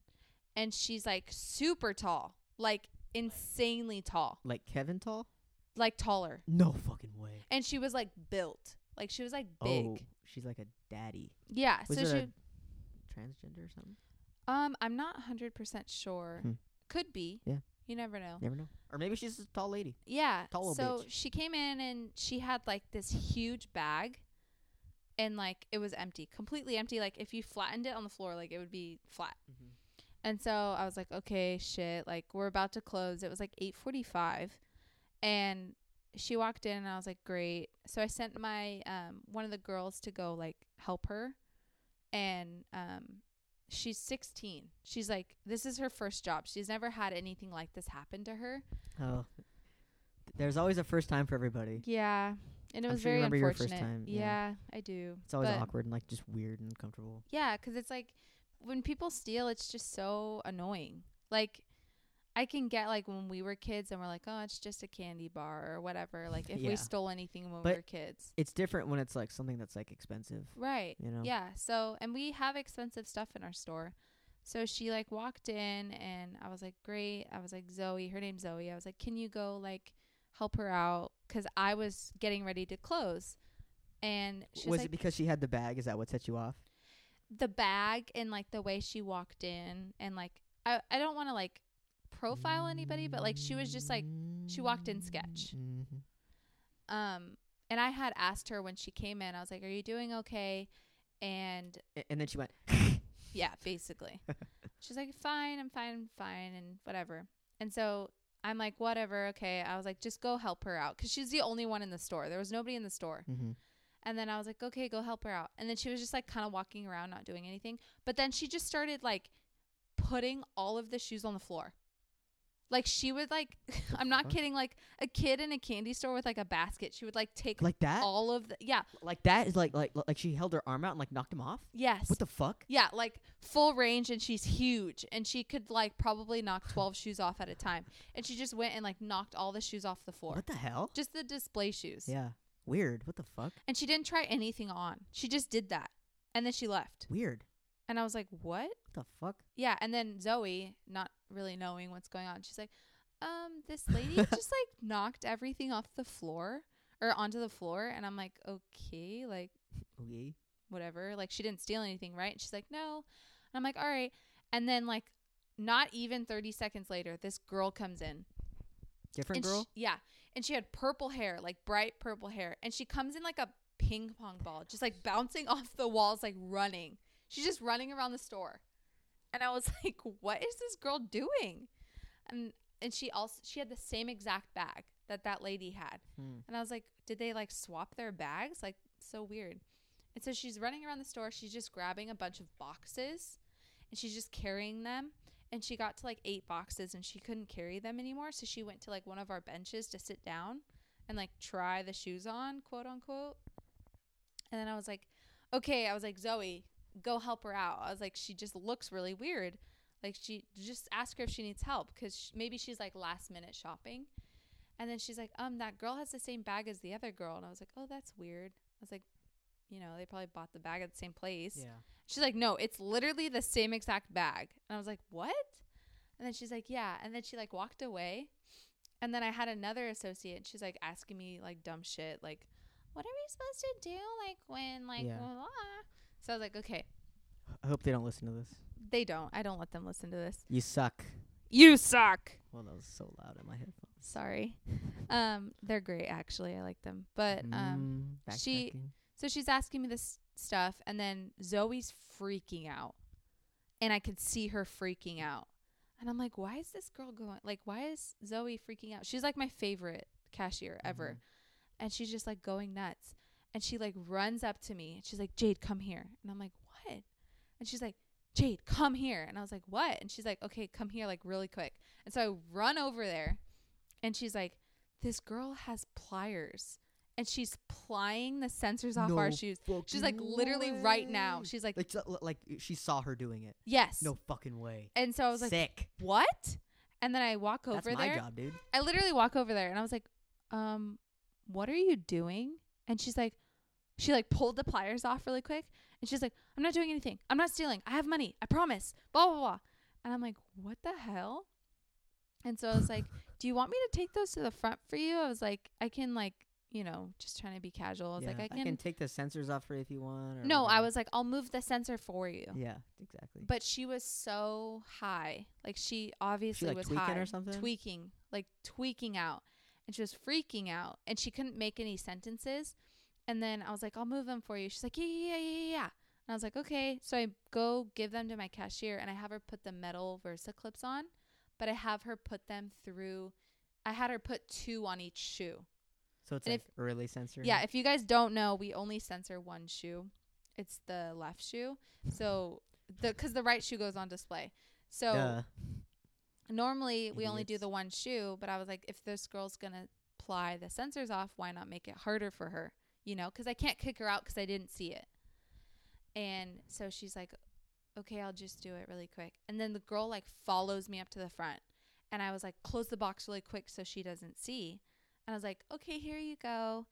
and she's like super tall, like insanely tall, Like Kevin Tall? like taller. No fucking way. And she was like built, like she was like big. Oh, she's like a daddy. Yeah. Was so it she, a transgender or something? um, I'm not hundred percent sure. Hmm. Could be. Yeah. You never know. Never know. Or maybe she's a tall lady. Yeah. Tall little so bitch. she came in and she had like this huge bag and like it was empty, completely empty. Like if you flattened it on the floor, like it would be flat. Mhm. And so I was like, okay, shit, like we're about to close. It was like 8:45 and she walked in and I was like, great. So I sent my um one of the girls to go like help her and um she's 16. She's like this is her first job. She's never had anything like this happen to her. Oh. There's always a first time for everybody. Yeah, and it I'm was sure very Oh, you remember your unfortunate. first time, yeah. Yeah. I do. It's always But- awkward and like just weird and uncomfortable. Yeah, 'cause it's like when people steal, it's just so annoying. Like I can get like when we were kids and we're like, oh, it's just a candy bar or whatever. Like if Yeah. we stole anything when But- we were kids, It's different when it's like something that's like expensive, right? you know? Yeah. So, and we have expensive stuff in our store. So she like walked in and I was like, great. I was like, Zoe, her name's Zoe. I was like, can you go like help her out? 'Cause I was getting ready to close. And she was was like, it because she had the bag? Is that what set you off? the bag and like the way she walked in and like I, I don't want to like profile anybody but like she was just like she walked in sketch. Mm-hmm. um and I had asked her when she came in I was like are you doing okay and And then she went, yeah basically she's like fine I'm fine I'm fine and whatever and so I'm like whatever okay I was like just go help her out 'cause she's the only one in the store there was nobody in the store mm-hmm. and then I was like, okay, go help her out. And then she was just like kind of walking around, not doing anything. But then she just started like putting all of the shoes on the floor. Like she would like, I'm not fuck? kidding, like a kid in a candy store with like a basket. She would like take like that, all of the, yeah, like that is like like like she held her arm out and like knocked him off. yes. What the fuck? yeah, like full range, and she's huge, and she could like probably knock 12 shoes off at a time. And she just went and like knocked all the shoes off the floor. What the hell? Just the display shoes. Yeah, weird. What the fuck? And she didn't try anything on. She just did that. And then she left. Weird. And I was like, what? What the fuck? Yeah, and then Zoe, not really knowing what's going on, she's like, "Um, this lady just like knocked everything off the floor or onto the floor," and I'm like, "Okay, like Okay. whatever. Like she didn't steal anything, right?" And she's like, "No," and I'm like, "All right," and then like not even 30 seconds later, this girl comes in. Different and girl. She, yeah, and she had purple hair, like bright purple hair, and she comes in like a ping pong ball, just like bouncing off the walls, like running. She's just running around the store, and I was like, "What is this girl doing?" And and she also she had the same exact bag that that lady had, Hmm. and I was like, "Did they like swap their bags? Like so weird. And so she's running around the store. She's just grabbing a bunch of boxes and she's just carrying them. And she got to like eight boxes and she couldn't carry them anymore. So she went to like one of our benches to sit down and like try the shoes on, quote unquote. And then I was like, okay, I was like, Zoe, go help her out. I was like, she just looks really weird. Like, she just ask her if she needs help because sh- maybe she's like last minute shopping. And then she's like, um, that girl has the same bag as the other girl. And I was like, oh, that's weird. I was like, you know, they probably bought the bag at the same place. Yeah. She's like, no, it's literally the same exact bag. And I was like, what? And then she's like, yeah. And then she like walked away. And then I had another associate. and She's like asking me like dumb shit, like, what are we supposed to do? Like when like Yeah. blah, blah. So I was like, okay, I hope they don't listen to this. they don't. I don't let them listen to this. You suck. You suck. Well, that was so loud in my headphones. Sorry. Um, they're great actually. I like them. But um, Mm, she- backtracking. So she's asking me this stuff, and then Zoe's freaking out. And I could see her freaking out. And I'm like, why is this girl going? Like, why is Zoe freaking out? She's like my favorite cashier ever. And she's just like going nuts. And she like runs up to me and she's like, Jade, come here. And I'm like, what? And she's like, Jade, come here. And I was like, what? And she's like, okay, come here, like really quick. And so I run over there and she's like, this girl has pliers. And she's plying the sensors off our No shoes. She's like literally right now. She's like, like, so- li- uh, like she saw her doing it. yes. No fucking way. And so I was like, sick. what? And then I walk over That's there. my job, dude. I literally walk over there and I was like, um, what are you doing? And she's like, she like pulled the pliers off really quick and she's like, I'm not doing anything. I'm not stealing. I have money. I promise. Blah, blah, blah. And I'm like, what the hell? And so I was like, do you want me to take those to the front for you? I was like, I can like, you know, just trying to be casual. I was like, Yeah. I can. take the sensors off her if you want. Or no, I whatever. was like, I'll move the sensor for you. Yeah, exactly. But she was so high. Like she obviously like, was tweaking high. or something? Tweaking. Like tweaking out. And she was freaking out. And she couldn't make any sentences. And then I was like, I'll move them for you. She's like, Yeah, yeah, yeah, yeah, yeah. And I was like, Okay. So I go give them to my cashier and I have her put the metal Versa clips on. But I have her put them through I had her put two on each shoe. so it's and like if- early sensor. Yeah, if you guys don't know, we only censor one shoe. It's the left shoe. So the cuz the right shoe goes on display. So Duh. normally we only do Idiots. the one shoe, but I was like if this girl's going to ply the sensors off, why not make it harder for her? You know, cuz I can't kick her out cuz I didn't see it. And so she's like okay, I'll just do it really quick. And then the girl like follows me up to the front. And I was like, close the box really quick so she doesn't see. And I was like, okay, here you go.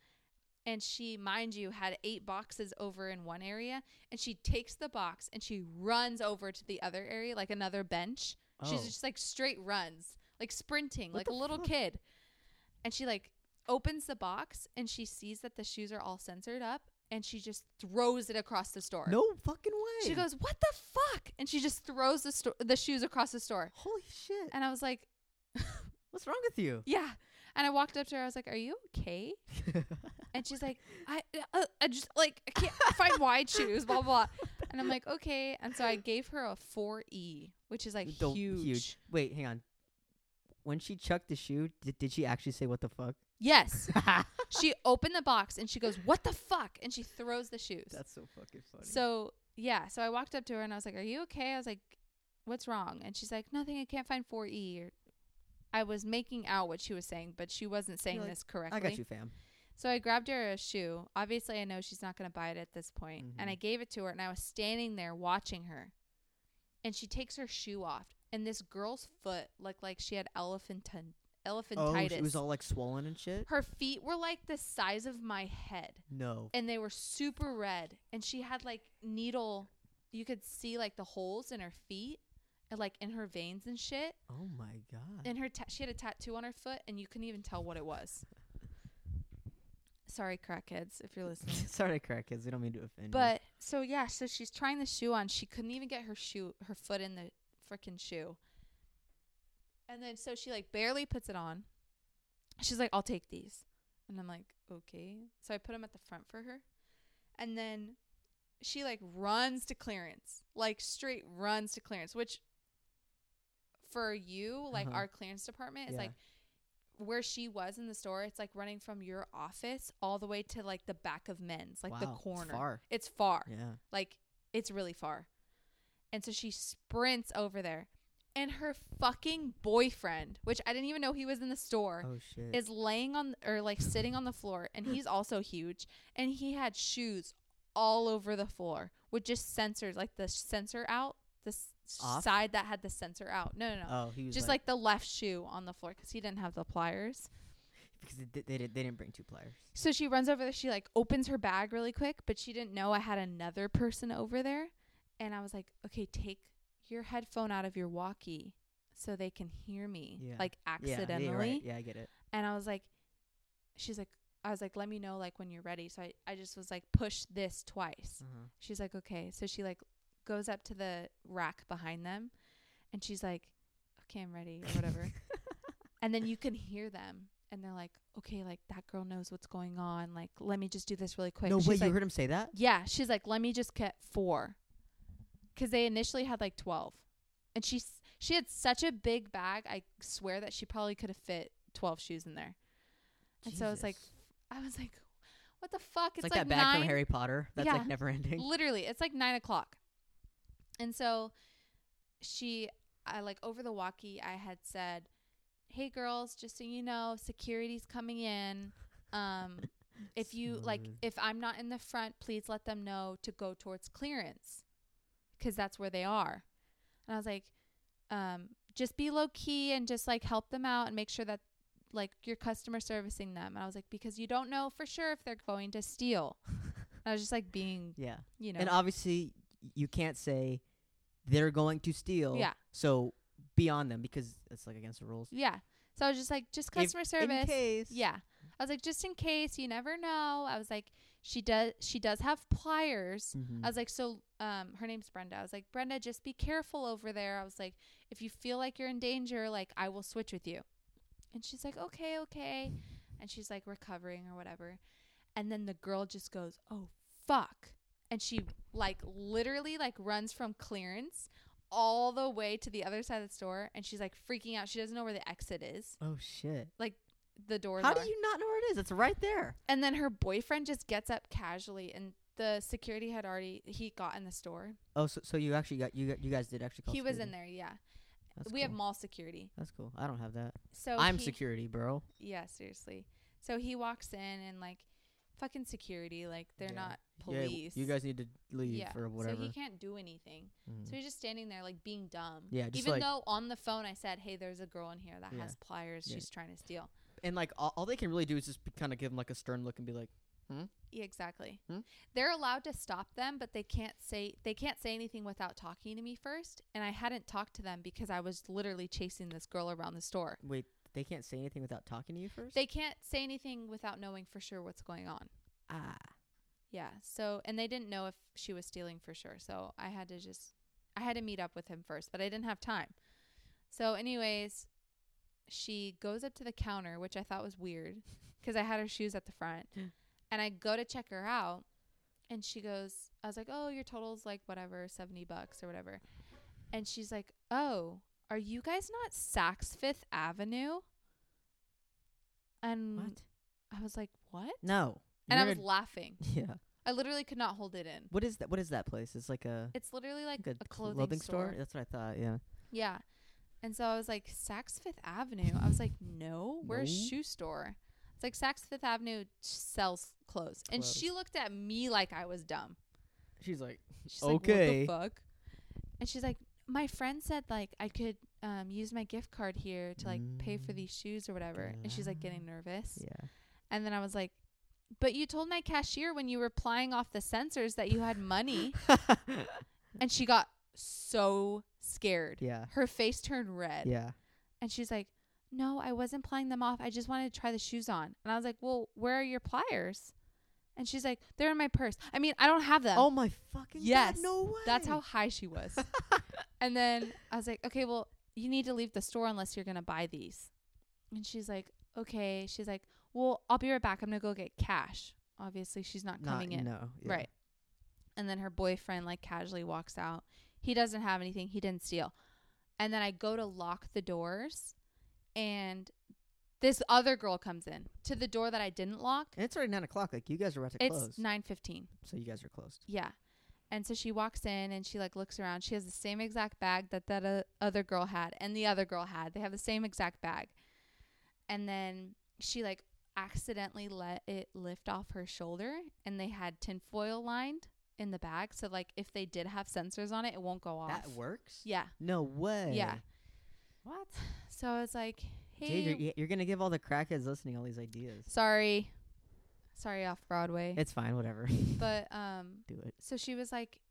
And she, mind you, had eight boxes over in one area. And she takes the box and she runs over to the other area, like another bench. She's Oh. just like straight runs, like sprinting, What like the a little fuck? kid. And she like opens the box and she sees that the shoes are all censored up and she just throws it across the store. no fucking way. She goes, "What the fuck?" And she just throws the sto- the shoes across the store. Holy shit! And I was like, What's wrong with you? "Yeah." And I walked up to her. I was like, "Are you okay?" And she's like, "I, uh, I just like I can't find wide shoes." Blah blah. blah." And I'm like, "Okay." And so I gave her a four E, which is like Don't- huge. Wait, hang on. When she chucked the shoe, did, did she actually say what the fuck? Yes. she opened the box and she goes, "What the fuck?" And she throws the shoes. That's so fucking funny. So yeah, so I walked up to her and I was like, "Are you okay?" I was like, "What's wrong?" And she's like, "Nothing. I can't find 4E." Or, I was making out what she was saying, but she wasn't saying like, this correctly. I got you, fam. So I grabbed her a shoe. Obviously, I know she's not going to buy it at this point, and Mhm. I gave it to her. And I was standing there watching her, and she takes her shoe off, and this girl's foot looked like she had elephantin- Oh, elephantitis. she was all like swollen and shit. her feet were like the size of my head No. and they were super red and she had like needle you could see like the holes in her feet and like in her veins and shit Oh my god. and her ta- she had a tattoo on her foot and you couldn't even tell what it was sorry crackheads if you're listening Sorry, crackheads. We don't mean to offend. you. but so yeah so she's trying the shoe on she couldn't even get her shoe her foot in the freaking shoe and then so she like barely puts it on she's like i'll take these and i'm like okay so i put them at the front for her and then she like runs to clearance like straight runs to clearance which for you like Uh-huh. our clearance department is Yeah. like where she was in the store, it's like running from your office all the way to like the back of men's, like the Wow, it's corner. far. It's far. Yeah. Like it's really far. And so she sprints over there. And her fucking boyfriend, which I didn't even know he was in the store, Oh shit. is laying on or like sitting on the floor and he's also huge and he had shoes all over the floor with just sensors like the sensor out the s- Off? side that had the sensor out no no no oh, he was just like, the left shoe on the floor because he didn't have the pliers because they, di- they, did, they didn't bring two pliers. so she runs over there she like opens her bag really quick but she didn't know i had another person over there and i was like okay take your headphone out of your walkie so they can hear me Yeah. like accidentally Yeah, yeah, right. yeah, I get it. and I was like, she's like, I was like, let me know like when you're ready. So I, I just was like, push this twice. Uh-huh. She's like, okay. So she like goes up to the rack behind them and she's like, okay, I'm ready or whatever. and then you can hear them and they're like, okay, like that girl knows what's going on. Like, let me just do this really quick. no way, she's you like, heard him say that? yeah. She's like, let me just get four. Cause they initially had like 12 and she, s- she had such a big bag. I swear that she probably could have fit 12 shoes in there. And so I was like, Jesus. I was like, what the fuck? it's, like, that bag nine, from Harry Potter. That's Yeah. like never ending. literally, it's like nine o'clock. And so she, I like over the walkie, I had said, hey girls, just so you know, security's coming in. Um, if you like, Smooth. if I'm not in the front, please let them know to go towards clearance because that's where they are. And I was like, um, just be low key and just like help them out and make sure that like you're customer servicing them. And I was like, because you don't know for sure if they're going to steal. I was just like being, Yeah. you know, And obviously, y- you can't say they're going to steal. yeah, So be on them because that's like against the rules. yeah. So I was just like, just If- customer service. In case. Yeah. I was like, just in case, you never know. I was like, she does, she does have pliers. Mhm. I was like, so um, her name's Brenda. I was like, Brenda, just be careful over there. I was like, if you feel like you're in danger, like I will switch with you. And she's like, okay, okay. And she's like recovering or whatever. And then the girl just goes, oh fuck. And she like literally like runs from clearance all the way to the other side of the store. And she's like freaking out. She doesn't know where the exit is. Oh shit. The door. How do you not know where it is? It's right there. And then her boyfriend just gets up casually, and the security had already he got in the store. Oh, so so you actually got you got, you guys did actually call. he was in security. there, yeah. That's we have cool. mall security, That's cool. I don't have that. so I'm he- security, bro. Yeah, seriously. So he walks in and like, fucking security, like they're Yeah. not Yeah, w- police. you guys need to leave yeah. or whatever. So he can't do anything. Mhm. So he's just standing there like being dumb. Yeah, just Even like- though on the phone I said, "Hey, there's a girl in here that Yeah. has pliers. Yeah. She's trying to steal." and like all, all they can really do is just kind of give him like a stern look and be like, Yeah, exactly. Hmm? They're allowed to stop them, but they can't say they can't say anything without talking to me first. And I hadn't talked to them because I was literally chasing this girl around the store. "Wait, they can't say anything without talking to you first? They can't say anything without knowing for sure what's going on. ah, Yeah. So, and they didn't know if she was stealing for sure. So I had to just, I had to meet up with him first, but I didn't have time. So, anyways, she goes up to the counter, which I thought was weird because I had her shoes at the front. And I go to check her out. And she goes, I was like, oh, your total's like whatever, 70 bucks or whatever. And she's like, oh, are you guys not Saks Fifth Avenue? And what? I was like, what? No." And I You're- was laughing. yeah. I literally could not hold it in. What is that? What is that place? It's like a It's literally like a, like clothing, store. store. That's what I thought. Yeah. Yeah. And so I was like, Saks Fifth Avenue. I was like, no, we're a No. shoe store. It's like Saks Fifth Avenue sells clothes. And she Clothes. looked at me like I was dumb. She's like, She's Okay. like, what the fuck? And she's like, my friend said like I could um, use my gift card here to like pay for Mm. these shoes or whatever. And she's like getting nervous. yeah. And then I was like, but you told my cashier when you were plying off the sensors that you had money. and she got so scared. yeah. Her face turned red. Yeah. And she's like, No, I wasn't plying them off. I just wanted to try the shoes on. And I was like, Well, where are your pliers? And she's like, They're in my purse. I mean, I don't have them. Oh my fucking uh, yes. god! No way. That's how high she was. and then I was like, Okay, well, you need to leave the store unless you're going to buy these. And she's like, Okay. She's like, Well, I'll be right back. I'm going to go get cash. Obviously, she's not Not- coming in. No. yeah. Right. And then her boyfriend like casually walks out. He doesn't have anything. He didn't steal. And then I go to lock the doors and This other girl comes in to the door that I didn't lock. And it's already nine o'clock. Like you guys are about to close. It's nine fifteen. So you guys are closed. Yeah. And so she walks in and she like looks around. She has the same exact bag that that uh, other girl had and the other girl had. They have the same exact bag. And then she like accidentally let it lift off her shoulder and they had tinfoil lined in the bag. So like if they did have sensors on it, it won't go off. That works. Yeah. No way. Yeah. What? So it's like, hey, Dude, you're, y- you're gonna give all the crackheads listening all these ideas. sorry. Sorry off Broadway. It's fine. Whatever. but um Do it. so she was like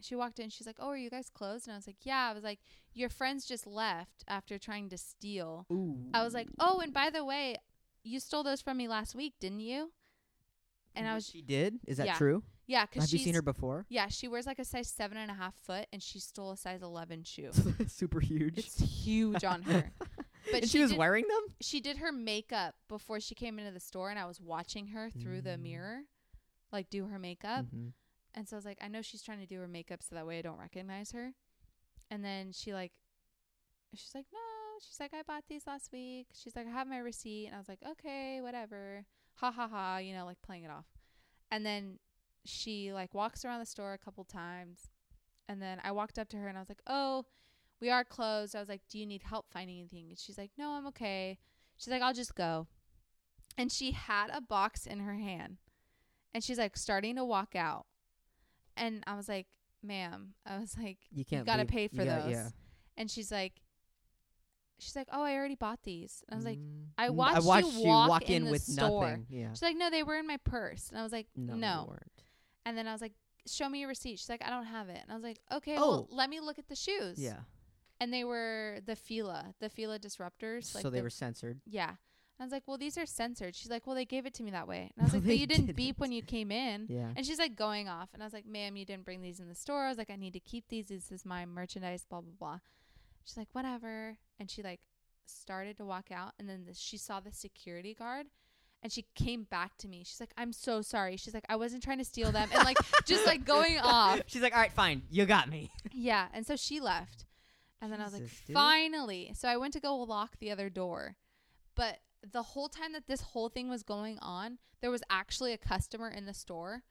she walked in she's like oh are you guys closed and i was like yeah i was like your friends just left after trying to steal Ooh. i was like oh and by the way you stole those from me last week didn't you and i was She did. Is that Yeah. true? yeah Have because you seen her before? yeah she wears like a size seven and a half foot and she stole a size 11 shoe Super huge. it's huge on her and but she, she was did- wearing them. she did her makeup before she came into the store and i was watching her through the Mm. mirror like do her makeup Mhm. And so I was like, I know she's trying to do her makeup so that way I don't recognize her. And then she like she's like, No, she's like, I bought these last week. She's like, I have my receipt and I was like, Okay, whatever. Ha ha ha, you know, like playing it off. And then she like walks around the store a couple times and then I walked up to her and I was like, Oh, we are closed. I was like, Do you need help finding anything? And she's like, No, I'm okay. She's like, I'll just go. And she had a box in her hand. And she's like starting to walk out. And I was like, ma'am, I was like, You can't. gotta leave- pay for you gotta- those. Yeah. and she's like, she's like, oh, I already bought these. And I was like, Mm. I Mm, watched I you watched you walk walk in in the with store. nothing. Yeah. she's like, no, they were in my purse. And I was like, no. No, they weren't. And then I was like, show me your receipt. She's like, I don't have it. And I was like, okay, Oh. well, let me look at the shoes. Yeah. And they were the Fila, the Fila disruptors. Like so they the- were censored. Yeah. And I was like, well, these are censored. She's like, well, they gave it to me that way. And I was No, like, they but you didn't, didn't. beep when you came in. Yeah. And she's like going off. And I was like, ma'am, you didn't bring these in the store. I was like, I need to keep these. This is my merchandise, blah, blah, blah. She's like, whatever. And she like started to walk out. And then the, she saw the security guard and she came back to me. She's like, I'm so sorry. She's like, I wasn't trying to steal them. And like, just like going off. She's like, all right, fine, you got me. Yeah. And so she left. And then I was like, Jesus, dude. finally. So I went to go lock the other door. But the whole time that this whole thing was going on, there was actually a customer in the store.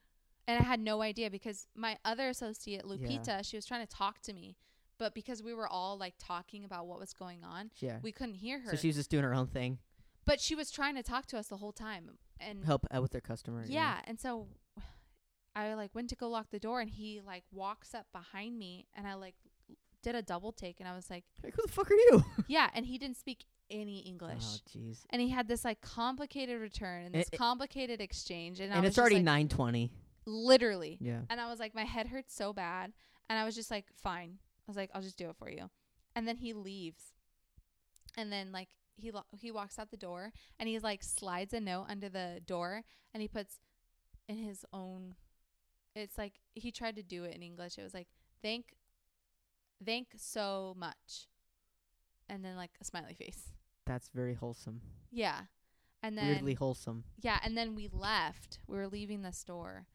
And I had no idea because my other associate, Lupita, she was trying to talk to me. But because we were all like talking about what was going on, Yeah. we couldn't hear her. So she was just doing her own thing, but she was trying to talk to us the whole time. And help out with their customer. Mm. yeah, and so I like went to go lock the door, and he like walks up behind me, and I like did a double take, and I was like, Like, who the fuck are you? yeah, and he didn't speak any English. Oh, jeez. And he had this like complicated return and this It- it- complicated exchange, and, I And was it's just, already like, nine twenty. literally. Yeah. And I was like, my head hurts so bad, and I was just like, fine. I was like, I'll just do it for you. And then he leaves, and then like he lo- he walks out the door, and he like slides a note under the door, and he puts in his own. It's like he tried to do it in English. It was like thank, thank so much, and then like a smiley face. That's very wholesome. Yeah, and then Weirdly wholesome. yeah, and then we left. We were leaving the store.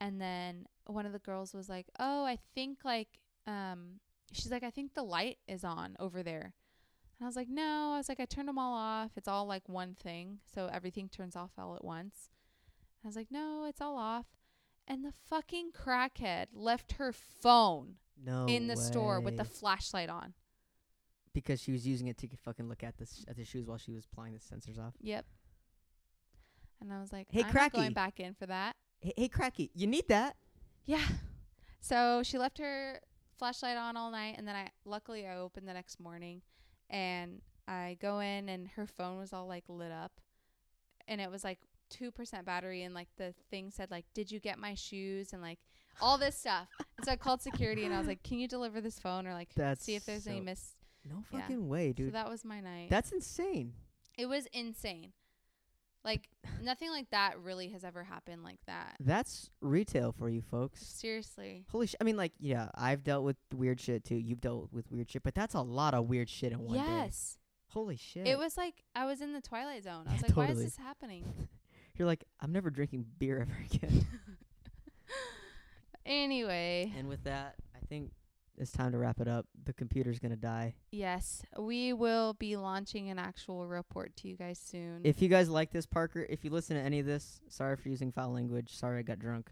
And then one of the girls was like, "Oh, I think like um she's like, "I think the light is on over there." And I was like, "No." I was like, "I turned them all off. It's all like one thing. So everything turns off all at once." I was like, "No, it's all off." And the fucking crackhead left her phone No. in the store with the way. flashlight on. because she was using it to c- fucking look at the sh- at the shoes while she was plying the sensors off. Yep. And I was like, Hey, I'm not Cracky. going back in for that." Hey, hey Cracky, you need that. Yeah. So she left her flashlight on all night and then I luckily I opened the next morning and I go in and her phone was all like lit up and it was like 2% battery and like the thing said like did you get my shoes and like all this stuff. and so I called security and I was like can you deliver this phone or like That's see if there's any so- miss. No Yeah. fucking way, dude. So that was my night. That's insane. it was insane. Like nothing like that really has ever happened like that. That's retail for you folks. Seriously. Holy shit! I mean, like, yeah, I've dealt with weird shit too. You've dealt with weird shit, but that's a lot of weird shit in one day. Yes. Holy shit! It was like I was in the twilight zone. I was Yeah, like, why totally. is this happening? You're like, I'm never drinking beer ever again. Anyway, and with that, I think it's time to wrap it up. The computer's gonna die. Yes, we will be launching an actual report to you guys soon. If you guys like this, Parker, if you listen to any of this, sorry for using foul language. Sorry I got drunk.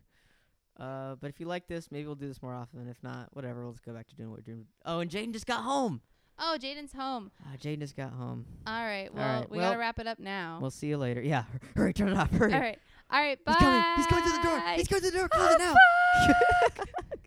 Uh, but if you like this, maybe we'll do this more often. If not, whatever. We'll just go back to doing what we're doing. Oh, and Jaden just got home. oh, Jaden's home. Ah, Jaden just got home. All right. Well, right, we well- gotta wrap it up now. We'll see you later. Yeah, hurry, turn it off. Hurry. All right. All right. Bye. He's coming. He's coming through the door. He's coming through the door. Close it now. Oh, Fuck.